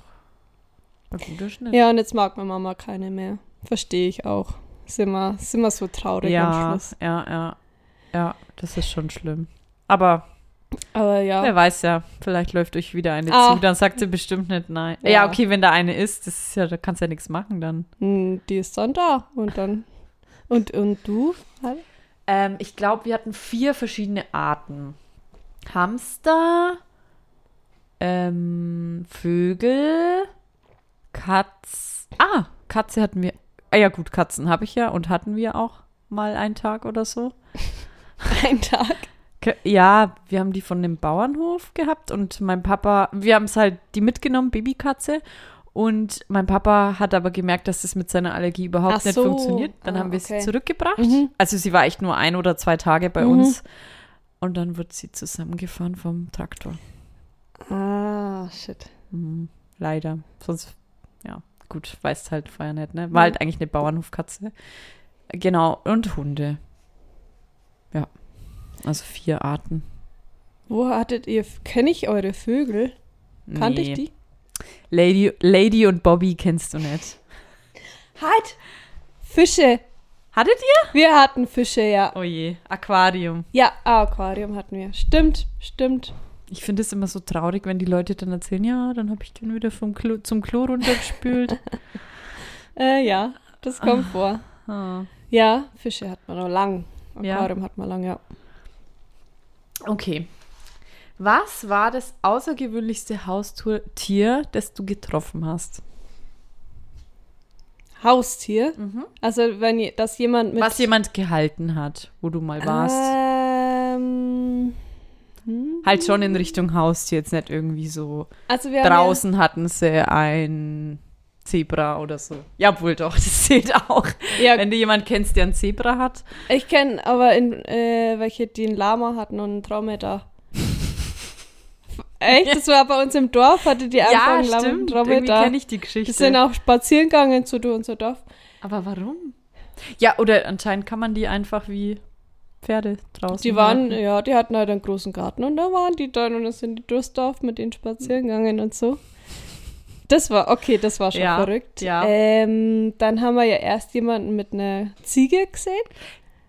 C: ein guter Schnitt.
D: Ja, und jetzt mag meine Mama keine mehr. Verstehe ich auch. Sind wir, sind wir so traurig am
C: ja,
D: Schluss.
C: ja, ja. Ja, das ist schon schlimm. Aber
D: Aber ja.
C: Wer weiß ja, vielleicht läuft euch wieder eine
D: Ah.
C: zu, dann sagt sie bestimmt nicht nein. Ja.
D: Ja.
C: okay, wenn da eine ist, das ist ja, da kannst du ja nichts machen dann.
D: Hm, die ist dann da. Und dann. Und, und du? Halt.
C: Ähm, ich glaube, wir hatten vier verschiedene Arten. Hamster, ähm, Vögel, Katz. Ah, Katze hatten wir. Ah ja, gut, Katzen habe ich ja und hatten wir auch mal einen Tag oder so.
D: (laughs) Ein Tag.
C: Ke- Ja, wir haben die von dem Bauernhof gehabt und mein Papa, wir haben es halt die mitgenommen, Babykatze. Und mein Papa hat aber gemerkt, dass das mit seiner Allergie überhaupt
D: Ach
C: nicht
D: so.
C: funktioniert. Dann
D: Ah,
C: haben wir
D: okay.
C: sie zurückgebracht.
D: Mhm.
C: Also sie war echt nur ein oder zwei Tage bei
D: Mhm.
C: uns. Und dann wird sie zusammengefahren vom Traktor.
D: Ah, shit.
C: Mhm. Leider. Sonst, ja, gut, weißt halt vorher nicht,
D: Mhm.
C: ne? War halt eigentlich eine Bauernhofkatze. Genau, und Hunde. Ja. Also vier Arten.
D: Wo hattet ihr, kenne ich eure Vögel? Kannte ich
C: Nee.
D: die?
C: Lady, Lady und Bobby kennst du nicht.
D: Halt! Fische.
C: Hattet ihr?
D: Wir hatten Fische, ja.
C: Oh je, Aquarium.
D: Ja, ah, Aquarium hatten wir. Stimmt, stimmt.
C: Ich finde es immer so traurig, wenn die Leute dann erzählen, ja, dann habe ich den wieder vom Klo, zum Klo runtergespült.
D: Äh, ja, das kommt vor.
C: (laughs) ah.
D: Ja, Fische hat man noch lang.
C: Ja.
D: Aquarium hat man lang, ja.
C: Okay. Was war das außergewöhnlichste Haustier, das du getroffen hast?
D: Haustier. Also, wenn je- dass jemand mit.
C: Mhm. Was jemand gehalten hat, wo du mal warst.
D: Ähm,
C: Halt schon in Richtung Haustier, jetzt nicht irgendwie so.
D: also wir
C: Draußen hatten sie ein Zebra oder so. Ja, wohl doch, (laughs) das zählt auch.
D: Haben ja, ja,
C: Wenn du jemanden kennst, der ein Zebra hat.
D: ich kenne aber in, äh, welche, die einen Lama hatten und einen
C: (laughs)
D: Dromedar. Echt? Das war bei uns im Dorf, hatte die einfach einen Lama und einen
C: Irgendwie
D: Dromedar.
C: kenne ich die
D: Die
C: Geschichte.
D: sind auch spazieren gegangen zu du unser Dorf.
C: Aber warum? Ja, oder anscheinend kann man die einfach wie Pferde draußen.
D: Die waren,
C: halten.
D: ja, die hatten halt einen großen Garten und da waren die dann und dann sind die durchs Dorf mit denen
C: Hm.
D: spazieren gegangen und so. Das war, okay, das war schon
C: Ja,
D: verrückt.
C: ja.
D: Ähm, dann haben wir ja erst jemanden mit einer Ziege gesehen.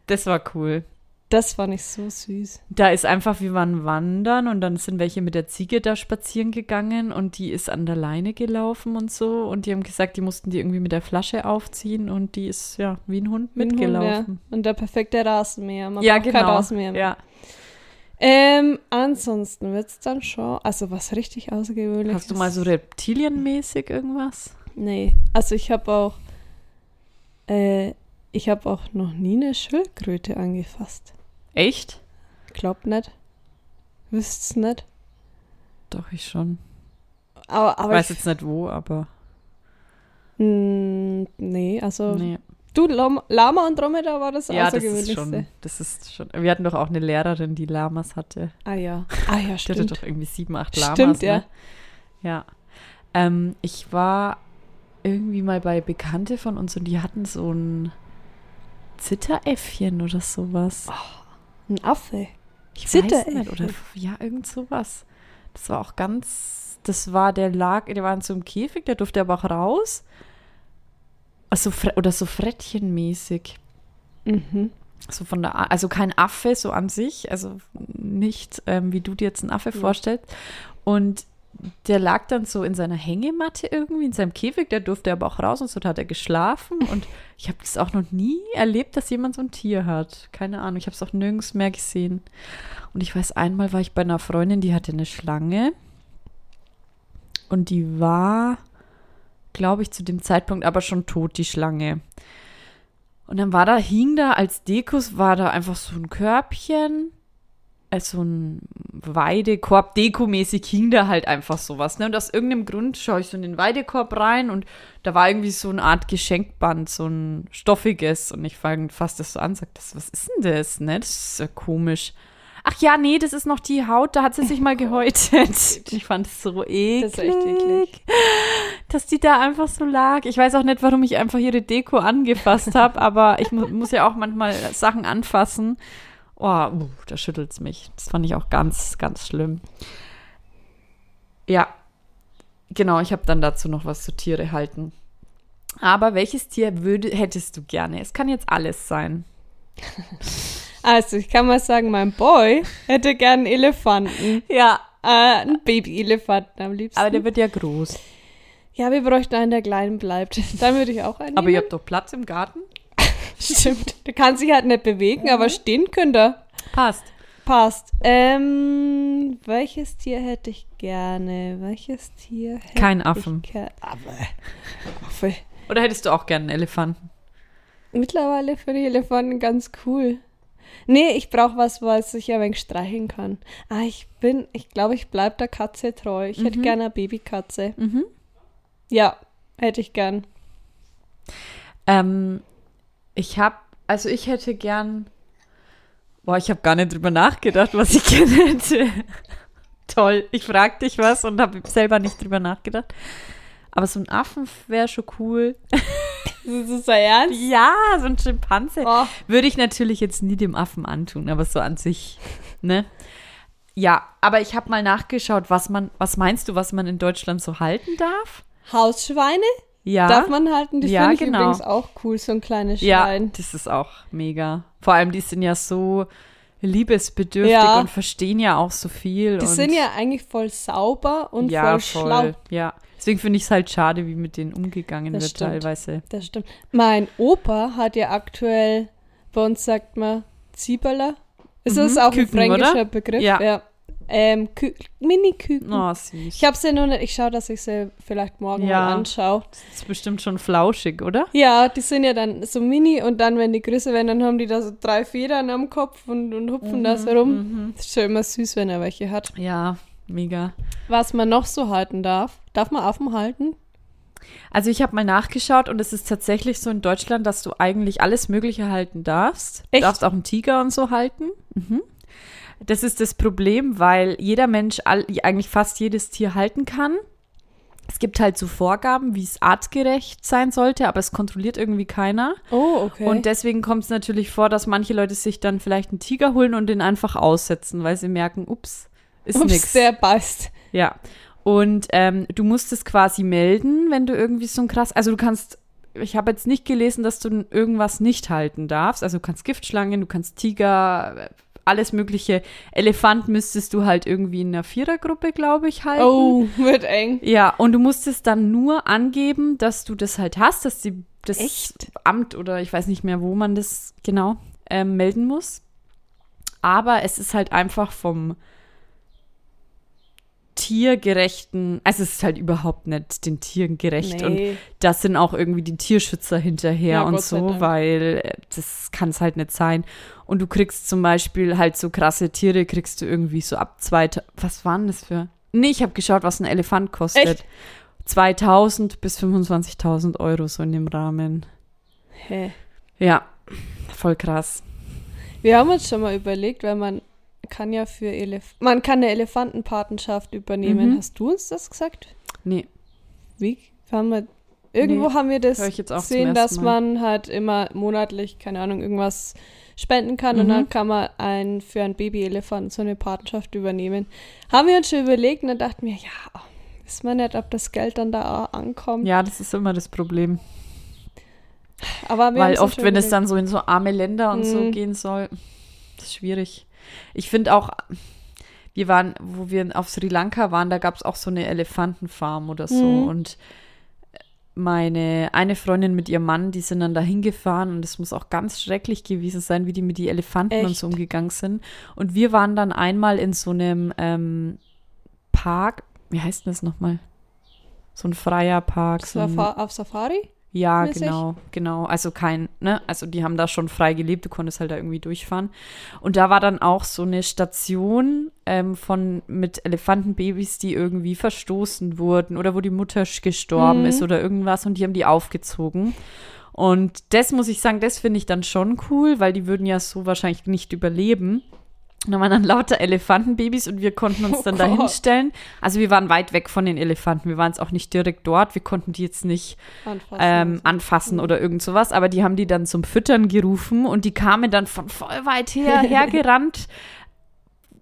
C: Das war cool.
D: Das fand ich so süß.
C: Da ist einfach, wir waren wandern und dann sind welche mit der Ziege da spazieren gegangen und die ist an der Leine gelaufen und so und die haben gesagt, die mussten die irgendwie mit der Flasche aufziehen und die ist ja wie ein Hund
D: Mit Hund,
C: mitgelaufen.
D: Ja. Und der perfekte Rasenmäher. Man
C: ja,
D: braucht kein
C: genau.
D: Rasenmäher mehr.
C: Ja.
D: Ähm, ansonsten wird es dann schon, also was richtig außergewöhnliches.
C: Hast du mal so reptilienmäßig irgendwas?
D: Nee, also ich habe auch, äh, ich habe auch noch nie eine Schildkröte angefasst.
C: Echt?
D: Glaubt nicht. Wüsst's nicht.
C: Doch, ich schon.
D: Aber,
C: Ich
D: aber
C: weiß
D: ich,
C: jetzt nicht wo, aber.
D: Mm, nee, also
C: Nee.
D: du, Lama, Lama und Dromedar war das
C: Ja, das ist
D: Außergewöhnlichste.
C: schon. Das ist schon. Wir hatten doch auch eine Lehrerin, die Lamas hatte.
D: Ah ja.
C: (laughs)
D: Ah ja,
C: Die hatte
D: stimmt.
C: doch irgendwie sieben, acht Lamas.
D: Stimmt,
C: Ne? Ja. Ähm, ich war irgendwie mal bei Bekannte von uns und die hatten so ein Zitteräffchen oder sowas.
D: Ein Affe.
C: Ich
D: Oh, Zitteräffchen.
C: weiß nicht, oder ja, irgend sowas. Das war auch ganz, das war, der lag, der war in so einem Käfig, der durfte aber auch raus. Also, Fre- oder so Frettchenmäßig.
D: Mhm.
C: So von der, A- also kein Affe so an sich, also nicht, ähm, wie du dir jetzt einen Affe vorstellst. Und der lag dann so in seiner Hängematte irgendwie, in seinem Käfig, der durfte aber auch raus und so da hat er geschlafen. Und ich habe das auch noch nie erlebt, dass jemand so ein Tier hat. Keine Ahnung, ich habe es auch nirgends mehr gesehen. Und ich weiß, einmal war ich bei einer Freundin, die hatte eine Schlange. Und die war, glaube ich, zu dem Zeitpunkt aber schon tot, die Schlange. Und dann war da, hing da als Dekos, war da einfach so ein Körbchen, also so ein Weidekorb, Dekomäßig hing da halt einfach sowas. Ne? Und aus irgendeinem Grund schaue ich so in den Weidekorb rein und da war irgendwie so eine Art Geschenkband, so ein stoffiges. Und ich fasse das so an, sag das, was ist denn das? Ne? Das ist ja komisch. Ach ja, nee, das ist noch die Haut, da hat sie
D: (laughs)
C: sich mal gehäutet. Ich fand es so eklig
D: Das ist echt eklig.
C: dass die da einfach so lag. Ich weiß auch nicht, warum ich einfach ihre Deko angefasst habe, aber ich mu muss ja auch manchmal Sachen anfassen. Oh, uh, da schüttelt's mich. Das fand ich auch ganz, ganz schlimm. Ja, genau. Ich habe dann dazu noch was zu Tiere halten. Aber welches Tier würde, hättest du gerne? Es kann jetzt alles sein.
D: Also ich kann mal sagen, mein Boy hätte gern einen Elefanten.
C: Ja,
D: Äh, einen Baby-Elefanten am liebsten.
C: aber der wird ja groß.
D: ja, wir bräuchten einen, der klein bleibt. (laughs) Dann würde ich auch einen
C: Aber ihr
D: nehmen.
C: habt doch Platz im Garten.
D: Stimmt. Der kann sich halt nicht bewegen, aber
C: Mhm.
D: stehen könnte er.
C: Passt.
D: Passt. Ähm, welches Tier hätte ich gerne? Welches Tier hätte
C: Kein
D: ich
C: Affen.
D: ger- Aber. Affe.
C: Oder hättest du auch gerne einen Elefanten?
D: Mittlerweile finde ich Elefanten ganz cool. Nee, ich brauche was, was ich ein wenig streicheln kann. Ah, ich bin, ich glaube, ich bleibe der Katze treu. Ich hätte gerne eine Babykatze.
C: Mhm.
D: Ja, hätte ich gern.
C: Ähm, ich habe, also ich hätte gern. Boah, ich habe gar nicht drüber nachgedacht, was ich (laughs) gerne hätte. Toll, ich frag dich was und habe selber nicht drüber nachgedacht. Aber so ein Affen wäre schon cool.
D: Das ist ja ernst.
C: Ja, so ein Schimpanse.
D: Oh,
C: Würde ich natürlich jetzt nie dem Affen antun, aber so an sich, ne? Ja, aber ich habe mal nachgeschaut, was man, was meinst du, was man in Deutschland so halten darf?
D: Hausschweine
C: Ja.
D: darf man halten. Die
C: Ja,
D: finde ich
C: genau.
D: übrigens auch cool, so ein kleines
C: Ja,
D: Schwein.
C: das ist auch mega. Vor allem, die sind ja so liebesbedürftig
D: Ja.
C: und verstehen ja auch so viel.
D: Die
C: und
D: sind ja eigentlich voll sauber und
C: ja,
D: voll, schlau.
C: Ja, deswegen finde ich es halt schade, wie mit denen umgegangen
D: Das
C: wird
D: stimmt.
C: teilweise.
D: Das stimmt. Mein Opa hat ja aktuell, bei uns sagt man Zieberler. Ist das
C: Mhm,
D: auch
C: Küken,
D: ein fränkischer
C: oder?
D: Begriff?
C: Ja.
D: Ähm, Kü Mini-Küken.
C: Oh, süß.
D: Ich habe sie noch nicht. Ich schaue, dass ich sie vielleicht morgen
C: Ja.
D: mal anschaue.
C: das ist bestimmt schon flauschig, oder?
D: Ja, die sind ja dann so mini und dann, wenn die größer werden, dann haben die da so drei Federn am Kopf und, und hupfen da
C: Mhm,
D: so rum. Das ist schon immer süß, wenn er welche hat.
C: Ja, mega.
D: Was man noch so halten darf. Darf man Affen halten?
C: Also ich habe mal nachgeschaut und es ist tatsächlich so in Deutschland, dass du eigentlich alles Mögliche halten darfst. Du
D: Echt?
C: darfst auch einen Tiger und so halten. Mhm. Das ist das Problem, weil jeder Mensch all, eigentlich fast jedes Tier halten kann. Es gibt halt so Vorgaben, wie es artgerecht sein sollte, aber es kontrolliert irgendwie keiner.
D: Oh, okay.
C: Und deswegen kommt es natürlich vor, dass manche Leute sich dann vielleicht einen Tiger holen und den einfach aussetzen, weil sie merken, ups, ist
D: Ups,
C: nix.
D: der beißt.
C: Ja. Und ähm, du musst es quasi melden, wenn du irgendwie so ein krass. Also du kannst. Ich habe jetzt nicht gelesen, dass du irgendwas nicht halten darfst. Also du kannst Giftschlangen, du kannst Tiger, äh, alles mögliche. Elefant müsstest du halt irgendwie in einer Vierergruppe, glaube ich, halten.
D: Oh, (laughs) wird eng.
C: Ja, und du musst es dann nur angeben, dass du das halt hast, dass die, das
D: Echt?
C: Amt oder ich weiß nicht mehr, wo man das genau ähm, melden muss. Aber es ist halt einfach vom tiergerechten, also es ist halt überhaupt nicht den Tieren gerecht.
D: Nee.
C: Und das sind auch irgendwie die Tierschützer hinterher
D: Ja,
C: und
D: Gott sei
C: so,
D: Dank.
C: weil äh, das kann es halt nicht sein. Und du kriegst zum Beispiel halt so krasse Tiere, kriegst du irgendwie so ab 2000, was waren das für? Nee, ich habe geschaut, was ein Elefant kostet.
D: Echt?
C: 2000 bis 25.000 Euro so in dem Rahmen.
D: Hä.
C: Ja, voll krass.
D: Wir haben uns schon mal überlegt, weil man kann ja für Elef man kann eine Elefantenpatenschaft übernehmen.
C: Mhm.
D: Hast du uns das gesagt?
C: Nee,
D: Wie? Haben wir, irgendwo
C: Nee,
D: haben wir das
C: hör ich jetzt auch zum
D: gesehen, dass
C: ersten Mal.
D: man halt immer monatlich, keine Ahnung, irgendwas spenden kann und
C: Mhm.
D: dann kann man ein, für einen Babyelefanten so eine Patenschaft übernehmen. Haben wir uns schon überlegt und dann dachten wir, ja, wissen wir nicht, ob das Geld dann da ankommt.
C: ja, das ist immer das Problem.
D: Aber wir
C: Weil
D: haben's uns
C: oft,
D: schon
C: wenn es
D: überlegt.
C: dann so in so arme Länder und so
D: Mhm.
C: gehen soll, ist schwierig. Ich finde auch, wir waren, wo wir auf Sri Lanka waren, da gab es auch so eine Elefantenfarm oder so.
D: Mhm.
C: Und meine eine Freundin mit ihrem Mann, die sind dann da hingefahren und es muss auch ganz schrecklich gewesen sein, wie die mit den Elefanten und
D: Echt?
C: so umgegangen sind. Und wir waren dann einmal in so einem ähm, Park, wie heißt denn das nochmal? So ein freier Park. So ein,
D: Safa auf Safari?
C: ja,
D: mäßig?
C: genau, genau. Also kein, ne, also die haben da schon frei gelebt, du konntest halt da irgendwie durchfahren. Und da war dann auch so eine Station ähm, von mit Elefantenbabys, die irgendwie verstoßen wurden oder wo die Mutter sch- gestorben
D: Mhm.
C: ist oder irgendwas und die haben die aufgezogen. Und das muss ich sagen, das finde ich dann schon cool, weil die würden ja so wahrscheinlich nicht überleben. Und da waren dann lauter Elefantenbabys und wir konnten uns
D: Oh
C: dann
D: Gott.
C: dahin stellen. Also wir waren weit weg von den Elefanten. Wir waren es auch nicht direkt dort. Wir konnten die jetzt nicht
D: Anfassen.
C: ähm, anfassen oder irgend sowas. Aber die haben die dann zum Füttern gerufen und die kamen dann von voll weit her
D: (laughs)
C: hergerannt.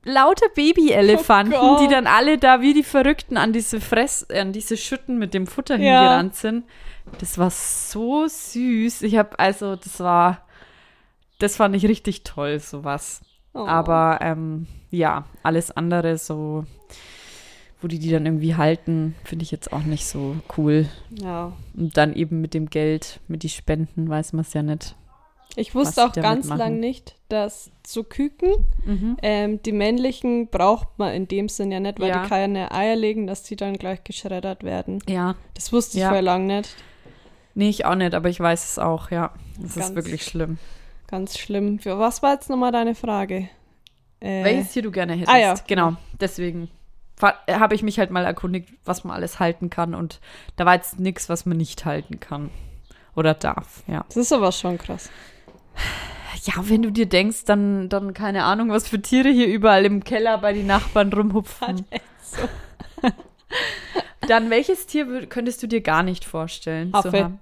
C: Lauter Babyelefanten,
D: Oh Gott.
C: die dann alle da wie die Verrückten an diese Fress, äh, an diese Schütten mit dem Futter
D: Ja.
C: hingerannt sind. Das war so süß. Ich habe also, das war, das fand ich richtig toll, sowas.
D: Oh.
C: Aber ähm, ja, alles andere so, wo die die dann irgendwie halten, finde ich jetzt auch nicht so cool.
D: Ja.
C: Und dann eben mit dem Geld, mit die Spenden, weiß man es ja nicht.
D: Ich
C: Was
D: wusste
C: die
D: auch
C: damit
D: ganz
C: machen.
D: lang nicht, dass zu Küken,
C: Mhm.
D: ähm, die männlichen braucht man in dem Sinn ja nicht, weil
C: Ja.
D: die keine Eier legen, dass die dann gleich geschreddert werden.
C: Ja.
D: Das wusste ich
C: Ja.
D: vorher lang nicht.
C: Nee, ich auch nicht, aber ich weiß es auch, ja. Das ist
D: Ganz-
C: wirklich schlimm.
D: Ganz schlimm. Für- Was war jetzt nochmal deine Frage? Äh,
C: Welches Tier du gerne hättest.
D: ah ja.
C: Genau, deswegen fa- habe ich mich halt mal erkundigt, was man alles halten kann. Und da war jetzt nichts, was man nicht halten kann oder darf, ja.
D: Das ist aber schon krass.
C: Ja, wenn du dir denkst, dann, dann keine Ahnung, was für Tiere hier überall im Keller bei den Nachbarn rumhupfen. (laughs) Dann welches Tier wür- könntest du dir gar nicht vorstellen zu
D: Affe.
C: haben?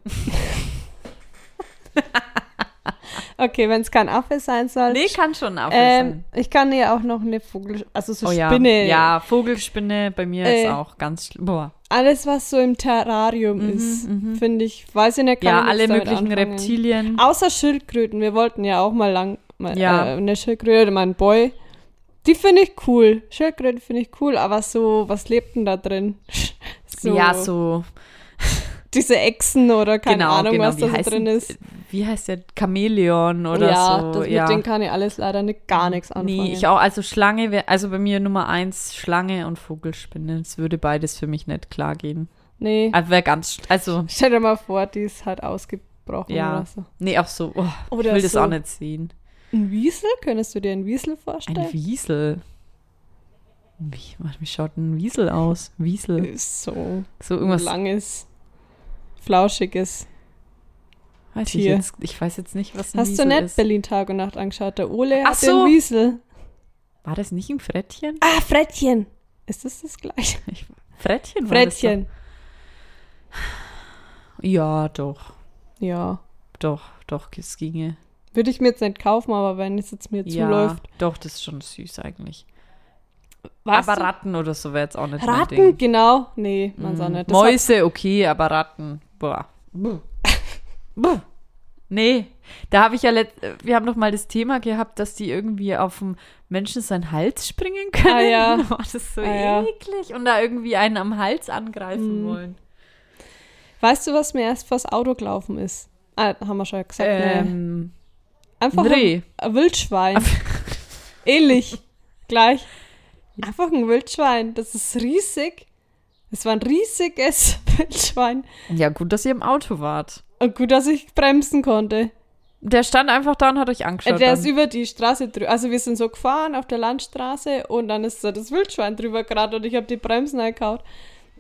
D: Okay, wenn es kein Affe sein soll.
C: Nee, kann schon ein Affe sein.
D: ähm, ich kann ja auch noch eine Vogel, also so
C: Oh ja.
D: Spinne.
C: Ja, Vogelspinne bei mir
D: Äh,
C: ist auch ganz schlimm. Boah.
D: Alles, was so im Terrarium ist, finde ich, weiß ich nicht, kann
C: Mhm, Ja,
D: ich nichts
C: alle
D: damit
C: möglichen
D: anfangen.
C: Reptilien.
D: Außer Schildkröten. Wir wollten ja auch mal lang mal,
C: Ja.
D: äh, eine Schildkröte, mein Boy. Die finde ich cool. (laughs) Schildkröten finde ich cool, aber so, was lebt denn da drin?
C: Ja, so
D: diese Echsen oder keine
C: genau,
D: Ahnung,
C: genau.
D: was
C: wie
D: da so
C: heißen-
D: drin ist.
C: Wie heißt der? Chamäleon oder
D: ja,
C: so.
D: das, mit denen kann ich alles leider nicht, gar nichts anfangen.
C: Nee, ich auch. Also Schlange wäre, also bei mir Nummer eins Schlange und Vogelspinne. Es würde beides für mich nicht klar gehen.
D: Nee.
C: Also wäre ganz, st- also
D: Stell dir mal vor, die ist halt ausgebrochen
C: ja.
D: oder so.
C: Nee, auch so. Oh,
D: Oder
C: ich will das
D: so.
C: auch nicht sehen.
D: Ein Wiesel? Könntest du dir einen Wiesel vorstellen?
C: Ein Wiesel. Wie, wie schaut ein Wiesel aus? Wiesel.
D: Ist so
C: So
D: ein
C: irgendwas.
D: langes, flauschiges.
C: weiß ich,
D: Tier.
C: jetzt, ich weiß jetzt nicht, was ein
D: Hast
C: Wiesel
D: du nicht
C: ist.
D: Berlin Tag und Nacht angeschaut? Der Ole
C: Ach
D: hat
C: so.
D: den Wiesel.
C: War das nicht ein Frettchen?
D: Ah, Frettchen. Ist das das gleiche?
C: Ich, Frettchen war
D: Frettchen.
C: Das doch. Ja, doch.
D: Ja.
C: Doch, doch, es ginge.
D: Würde ich mir jetzt nicht kaufen, aber wenn es jetzt mir
C: Ja,
D: zuläuft.
C: doch, das ist schon süß eigentlich.
D: Weißt
C: aber
D: du?
C: Ratten oder so wäre jetzt auch nicht mein Ding. Mhm.
D: Ratten, genau. Nee, man sah nicht. Das hat,
C: Mäuse, okay, aber Ratten, boah. Buh. (laughs) Buh. Nee, da habe ich ja let äh, wir haben noch mal das Thema gehabt, dass die irgendwie auf dem Menschen seinen Hals springen können.
D: Ah, ja.
C: (laughs) Boah, das ist so
D: Ah, ja. Hm.
C: eklig und da irgendwie einen am Hals angreifen wollen.
D: weißt du, was mir erst vors Auto gelaufen ist? Ah, haben wir schon gesagt. nee.
C: Ähm,
D: Einfach
C: ein Reh.
D: Ein, ein Wildschwein. Ähnlich.
C: (laughs)
D: Gleich. Einfach ein Wildschwein. Das ist riesig. Es war ein riesiges (laughs) Wildschwein.
C: ja, gut, dass ihr im Auto wart.
D: Und gut, dass ich bremsen konnte.
C: Der stand einfach da und hat euch angeschaut.
D: Äh, der
C: dann.
D: ist über die Straße drüber. Also wir sind so gefahren auf der Landstraße und dann ist da das Wildschwein drüber gerade und ich habe die Bremsen eingehauen.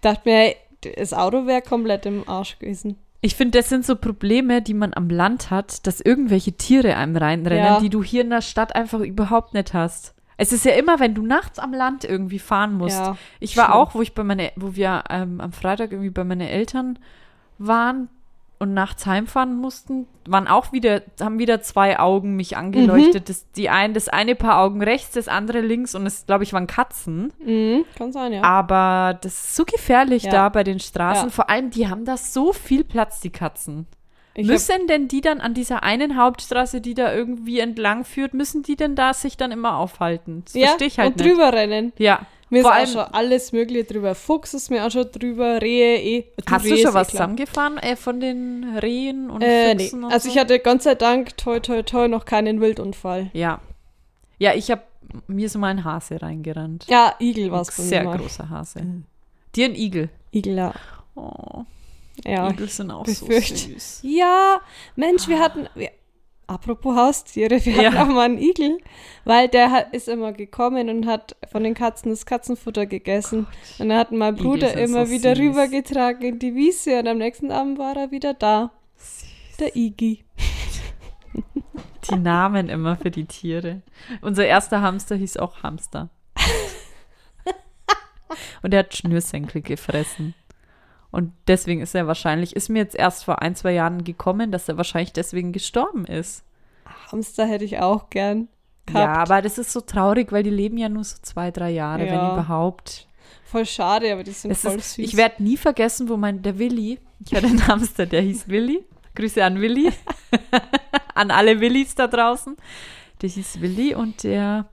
D: Dachte mir, hey, das Auto wäre komplett im Arsch gewesen.
C: Ich finde, das sind so Probleme, die man am Land hat, dass irgendwelche Tiere einem reinrennen,
D: Ja.
C: die du hier in der Stadt einfach überhaupt nicht hast. Es ist ja immer, wenn du nachts am Land irgendwie fahren musst.
D: Ja,
C: ich war
D: schlimm.
C: auch, wo ich bei meine, wo wir ähm, am Freitag irgendwie bei meinen Eltern waren und nachts heimfahren mussten, waren auch wieder, haben wieder zwei Augen mich
D: Mhm.
C: angeleuchtet. Das, die ein, das eine Paar Augen rechts, das andere links und es, glaube ich, waren Katzen.
D: Mhm, kann sein,
C: Ah,
D: ja.
C: Aber das ist so gefährlich
D: Ja.
C: da bei den Straßen.
D: Ja.
C: Vor allem, die haben da so viel Platz, die Katzen.
D: Ich hab,
C: Müssen denn die dann an dieser einen Hauptstraße, die da irgendwie entlang führt, müssen die denn da sich dann immer aufhalten? Das
D: ja,
C: verstehe ich halt
D: und
C: nicht.
D: drüber rennen.
C: Ja,
D: Mir
C: vor allem,
D: ist auch schon alles Mögliche drüber. Fuchs ist mir auch schon drüber, Rehe, eh. die
C: hast
D: Rehe
C: du schon
D: ist
C: was
D: eh klar.
C: zusammengefahren äh, von den Rehen und
D: Äh, nee.
C: Füchsen und
D: Also
C: so?
D: ich hatte Gott sei Dank, toi, toi, toi, noch keinen Wildunfall.
C: ja. Ja, ich habe, mir ist mal ein Hase reingerannt.
D: Ja, Igel war
C: ein
D: es bei mir
C: sehr
D: mal. Hm.
C: großer Hase. Dir ein Igel.
D: Igel, ja.
C: Oh,
D: ja.
C: Igel sind auch
D: befürchte-
C: so süß.
D: Ja, Mensch, wir hatten. Wir, apropos Haustiere, wir hatten
C: Ah. Ja.
D: auch mal einen Igel, weil der hat, ist immer gekommen und hat von den Katzen das Katzenfutter gegessen. Und dann hat mein
C: Igel
D: Bruder
C: sind
D: immer
C: so
D: wieder
C: süß.
D: rübergetragen in die Wiese und am nächsten Abend war er wieder da. Der Igi.
C: Die Namen immer für die Tiere. Unser erster Hamster hieß auch Hamster. Und er hat Schnürsenkel gefressen. Und deswegen ist er wahrscheinlich, ist mir jetzt erst vor ein, zwei Jahren gekommen, dass er wahrscheinlich deswegen gestorben ist.
D: Hamster hätte ich auch gern.
C: Ja,
D: Gehabt.
C: aber das ist so traurig, weil die leben ja nur so zwei, drei Jahre,
D: Ja.
C: wenn überhaupt.
D: Voll schade, aber die sind
C: Das
D: voll
C: ist,
D: süß.
C: ich werde nie vergessen, wo mein, der Willi, ich hatte einen Hamster, der hieß Willi. Grüße
D: (laughs)
C: an Willi. an alle Willis da draußen. Der hieß Willi und der,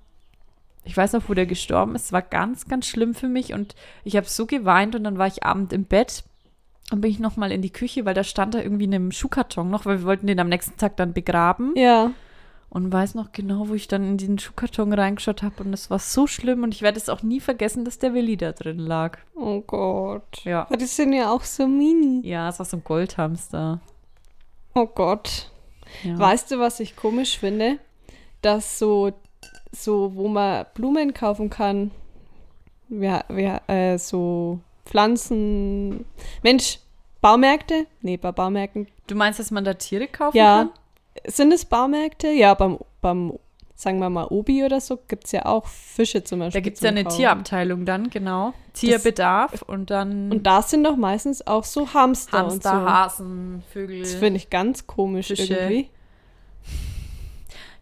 C: ich weiß noch, wo der gestorben ist. Es war ganz, ganz schlimm für mich und ich habe so geweint und dann war ich abend im Bett und bin ich nochmal in die Küche, weil da stand da irgendwie in einem Schuhkarton noch, weil wir wollten den am nächsten Tag dann begraben
D: ja,
C: und weiß noch genau, wo ich dann in den Schuhkarton reingeschaut habe und es war so schlimm und ich werde es auch nie vergessen, dass der Willi da drin lag.
D: oh Gott.
C: Ja.
D: Aber die sind ja auch so mini.
C: Ja, es war so ein Goldhamster.
D: Oh Gott.
C: Ja.
D: Weißt du, was ich komisch finde? Dass so, so wo man Blumen kaufen kann, wir, wir, äh, so Pflanzen, Mensch, Baumärkte? Nee, bei Baumärkten.
C: Du meinst, dass man da Tiere kaufen
D: Ja.
C: kann?
D: Sind es Baumärkte? Ja, beim, beim sagen wir mal, Obi oder so gibt es ja auch Fische zum Beispiel.
C: Da gibt es ja
D: zum
C: eine
D: Kaufen.
C: Tierabteilung dann, genau. Tierbedarf und dann
D: Und da sind doch meistens auch so Hamster,
C: Hamster,
D: und so.
C: Hasen, Vögel.
D: Das finde ich ganz komisch
C: Fische.
D: irgendwie.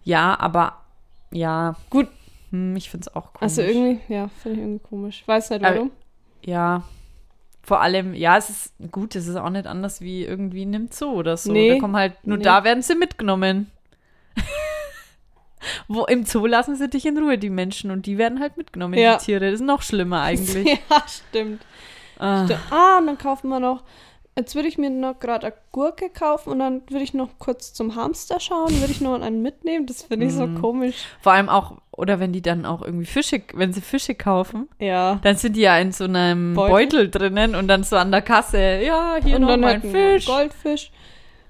C: Ja, aber ja.
D: Gut.
C: Hm, ich finde es auch komisch.
D: Also irgendwie, ja, finde ich irgendwie komisch. Weiß nicht
C: Aber-
D: warum.
C: Ja. Vor allem, ja, es ist gut, es ist auch nicht anders wie irgendwie nimmt so oder so.
D: Nee,
C: da kommen halt, nur
D: nee.
C: da werden sie mitgenommen. (laughs) Wo im Zoo lassen sie dich in Ruhe, die Menschen, und die werden halt mitgenommen,
D: Ja. (laughs)
C: die Tiere. Das ist noch schlimmer eigentlich.
D: ja, stimmt.
C: Ah.
D: Stimmt. Ah, und dann kaufen wir noch Jetzt würde ich mir noch gerade eine Gurke kaufen und dann würde ich noch kurz zum Hamster schauen, würde ich noch einen mitnehmen. Das finde ich so
C: Mhm.
D: komisch.
C: Vor allem auch, oder wenn die dann auch irgendwie Fische, wenn sie Fische kaufen,
D: Ja.
C: dann sind die ja in so einem
D: Beutel.
C: Beutel, drinnen und dann so an der Kasse, ja, hier
D: und
C: noch
D: dann
C: mein
D: halt einen
C: Fisch.
D: Goldfisch.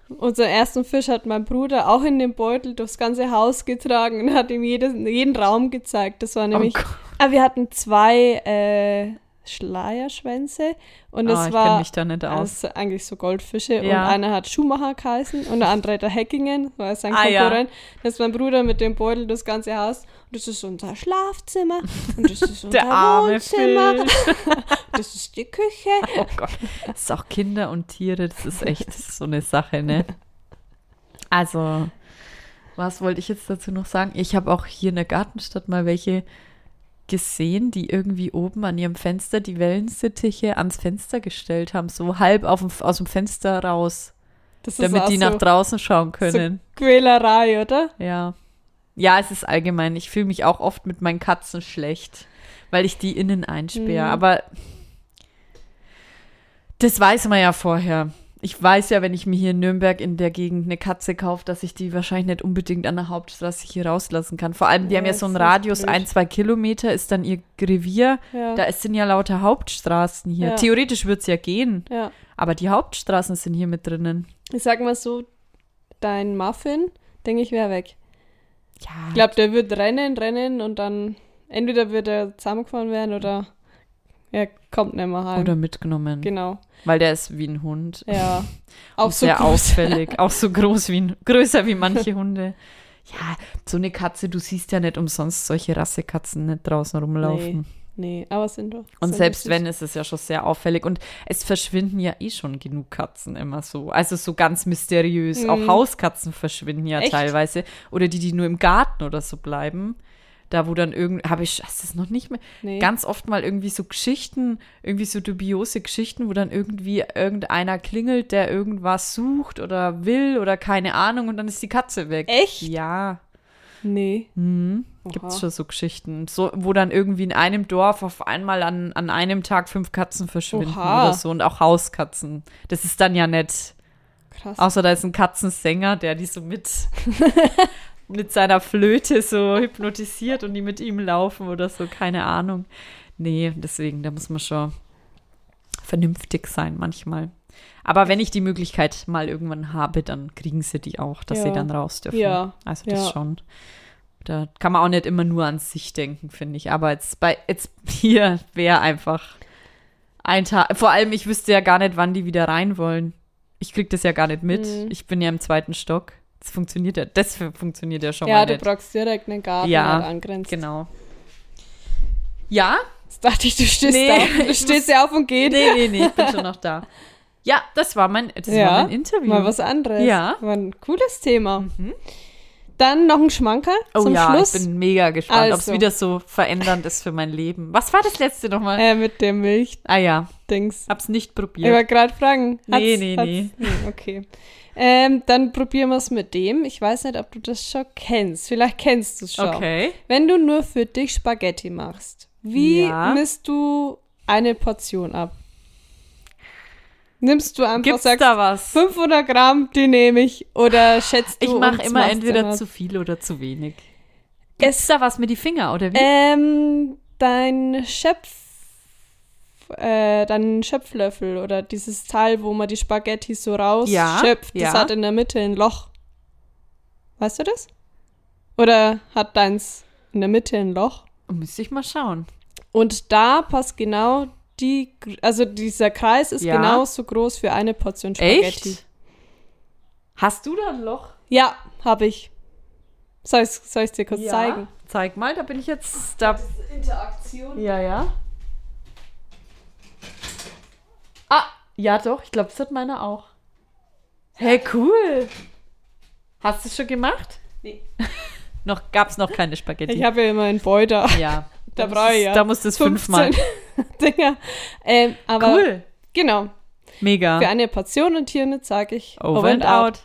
D: Unseren ersten Fisch hat mein Bruder auch in dem Beutel durchs ganze Haus getragen und hat ihm jedes, jeden Raum gezeigt. Das war nämlich.
C: Oh Gott.
D: ah, wir hatten zwei äh, Schleierschwänze und
C: Ah,
D: das
C: ich
D: war
C: kenn mich da nicht aus.
D: also eigentlich so Goldfische
C: Ja.
D: und einer hat Schumacher geheißen und der andere der Heckingen, war sein
C: Ah, ja.
D: Konkurrent. Das ist mein Bruder mit dem Beutel durchs ganze Haus. Und das ist unser Schlafzimmer und das
C: (laughs)
D: ist unser
C: Der arme
D: Wohnzimmer.
C: Fisch.
D: (laughs) Das ist die Küche.
C: Oh Gott. Das ist auch Kinder und Tiere, das ist
D: (laughs)
C: echt so eine Sache, ne? Also, was wollte ich jetzt dazu noch sagen? Ich habe auch hier in der Gartenstadt mal welche gesehen, die irgendwie oben an ihrem Fenster die Wellensittiche ans Fenster gestellt haben, so halb auf dem, aus dem Fenster raus,
D: Das ist
C: damit
D: auch
C: die nach
D: so-
C: draußen schauen können.
D: So Quälerei, oder?
C: Ja. Ja, es ist allgemein. Ich fühle mich auch oft mit meinen Katzen schlecht, weil ich die innen einsperre.
D: Mhm.
C: Aber das weiß man ja vorher. Ich weiß ja, wenn ich mir hier in Nürnberg in der Gegend eine Katze kaufe, dass ich die wahrscheinlich nicht unbedingt an der Hauptstraße hier rauslassen kann. Vor allem, die
D: Ja,
C: haben ja
D: das
C: so einen
D: ist echt
C: Radius,
D: blöd.
C: ein, zwei Kilometer ist dann ihr Revier.
D: Ja.
C: Da sind ja lauter Hauptstraßen hier.
D: Ja.
C: Theoretisch würde es ja gehen,
D: ja.
C: aber die Hauptstraßen sind hier mit drinnen.
D: Ich sag mal so, dein Muffin, denke ich, wäre weg.
C: Ja,
D: Ich glaube, der wird rennen, rennen und dann entweder wird er zusammengefahren werden oder er kommt nicht mehr heim.
C: oder mitgenommen,
D: genau.
C: weil der ist wie ein Hund. (laughs)
D: Ja. Auch
C: Und
D: so
C: sehr
D: groß.
C: auffällig, auch so groß wie ein- größer
D: (laughs)
C: wie manche Hunde. Ja, so eine Katze, du siehst ja nicht umsonst solche Rassekatzen nicht draußen rumlaufen.
D: Nee, nee, aber sind doch.
C: Und
D: sind
C: selbst
D: süß.
C: wenn, ist es ja schon sehr auffällig. Und es verschwinden ja eh schon genug Katzen immer so. Also so ganz mysteriös. Auch Hauskatzen verschwinden ja
D: Mhm. Echt?
C: teilweise. Oder die, die nur im Garten oder so bleiben. Da, wo dann irgend, habe ich, hast du es noch nicht mehr?
D: Nee.
C: Ganz oft mal irgendwie so Geschichten, irgendwie so dubiose Geschichten, wo dann irgendwie irgendeiner klingelt, der irgendwas sucht oder will oder keine Ahnung und dann ist die Katze weg.
D: Echt?
C: Ja.
D: Nee.
C: Hm. Gibt
D: Oha.
C: es schon so Geschichten, so, wo dann irgendwie in einem Dorf auf einmal an, an einem Tag fünf Katzen verschwinden
D: Oha.
C: oder so und auch Hauskatzen. Das ist dann ja nett.
D: Krass.
C: Außer da ist ein Katzensänger, der die so
D: (laughs)
C: mit, mit seiner Flöte so hypnotisiert und die mit ihm laufen oder so, keine Ahnung. Nee, deswegen, da muss man schon vernünftig sein manchmal. Aber wenn ich die Möglichkeit mal irgendwann habe, dann kriegen sie die auch, dass sie
D: Ja.
C: dann raus dürfen.
D: Ja.
C: Also das
D: Ja.
C: schon. Da kann man auch nicht immer nur an sich denken, finde ich. Aber jetzt bei jetzt (laughs) hier wäre einfach ein Tag. Vor allem, ich wüsste ja gar nicht, wann die wieder rein wollen. Ich krieg das ja gar nicht mit.
D: Mhm.
C: Ich bin ja im zweiten Stock. Das funktioniert ja. Das funktioniert ja schon
D: ja,
C: mal
D: du
C: nicht.
D: brauchst direkt einen Garten,
C: Ja,
D: der angrenzt.
C: Genau. Ja?
D: Jetzt dachte ich, du stehst
C: Nee,
D: da. Du
C: (laughs) ich
D: stehst ja auf und geht.
C: Nee, nee, nee, ich bin schon noch da. Ja, das war mein, das
D: ja,
C: war mein Interview.
D: Mal was anderes.
C: Ja. Mhm.
D: War ein cooles Thema. Dann noch ein Schmanker
C: oh
D: zum
C: ja,
D: Schluss.
C: ich bin mega gespannt, ob es
D: Also.
C: wieder so verändernd ist für mein Leben. Was war das letzte nochmal?
D: äh, mit dem Milchdings.
C: ah ja, hab's nicht
D: Ich
C: probiert.
D: wollte gerade fragen.
C: Nee, nee,
D: nee, Okay. Ähm, dann probieren wir es mit dem. Ich weiß nicht, ob du das schon kennst. Vielleicht kennst du es schon.
C: Okay.
D: Wenn du nur für dich Spaghetti machst, wie
C: Ja.
D: misst du eine Portion ab? Nimmst du einfach,
C: Gibt's
D: sagst,
C: da was?
D: 500 Gramm, die nehme ich, oder schätzt du
C: Ich mache
D: und
C: immer
D: machst
C: entweder
D: immer.
C: zu viel oder zu wenig. Ist da was mit die Finger oder wie?
D: Ähm, dein Schöpf. Äh, dein Schöpflöffel oder dieses Teil, wo man die Spaghetti so
C: Ja,
D: rausschöpft, das
C: ja.
D: hat in der Mitte ein Loch. Weißt du das? Oder hat deins in der Mitte ein Loch?
C: Oh, Müsste ich mal schauen.
D: Und da passt genau die, Gr- also dieser Kreis ist
C: Ja.
D: genauso groß für eine Portion Spaghetti.
C: Echt? Hast du da ein Loch?
D: Ja, habe ich. Soll ich soll ich's dir kurz zeigen?
C: Zeig mal, da bin ich jetzt da.
D: Interaktion.
C: Ja, ja. Ah, ja doch, ich glaube, es hat meine auch. Hä, hey, cool. Hast du es schon gemacht?
D: Nee.
C: (laughs) noch gab's noch keine Spaghetti.
D: Ich habe ja immer einen Beutel.
C: ja.
D: (laughs) Da
C: muss
D: brauche ich
C: es-
D: ja
C: Da musst du es fünfmal.
D: 15 (laughs) Dinger. Ähm, aber
C: Cool.
D: genau,
C: Mega.
D: für eine Portion und Tier sage ich
C: Over and out.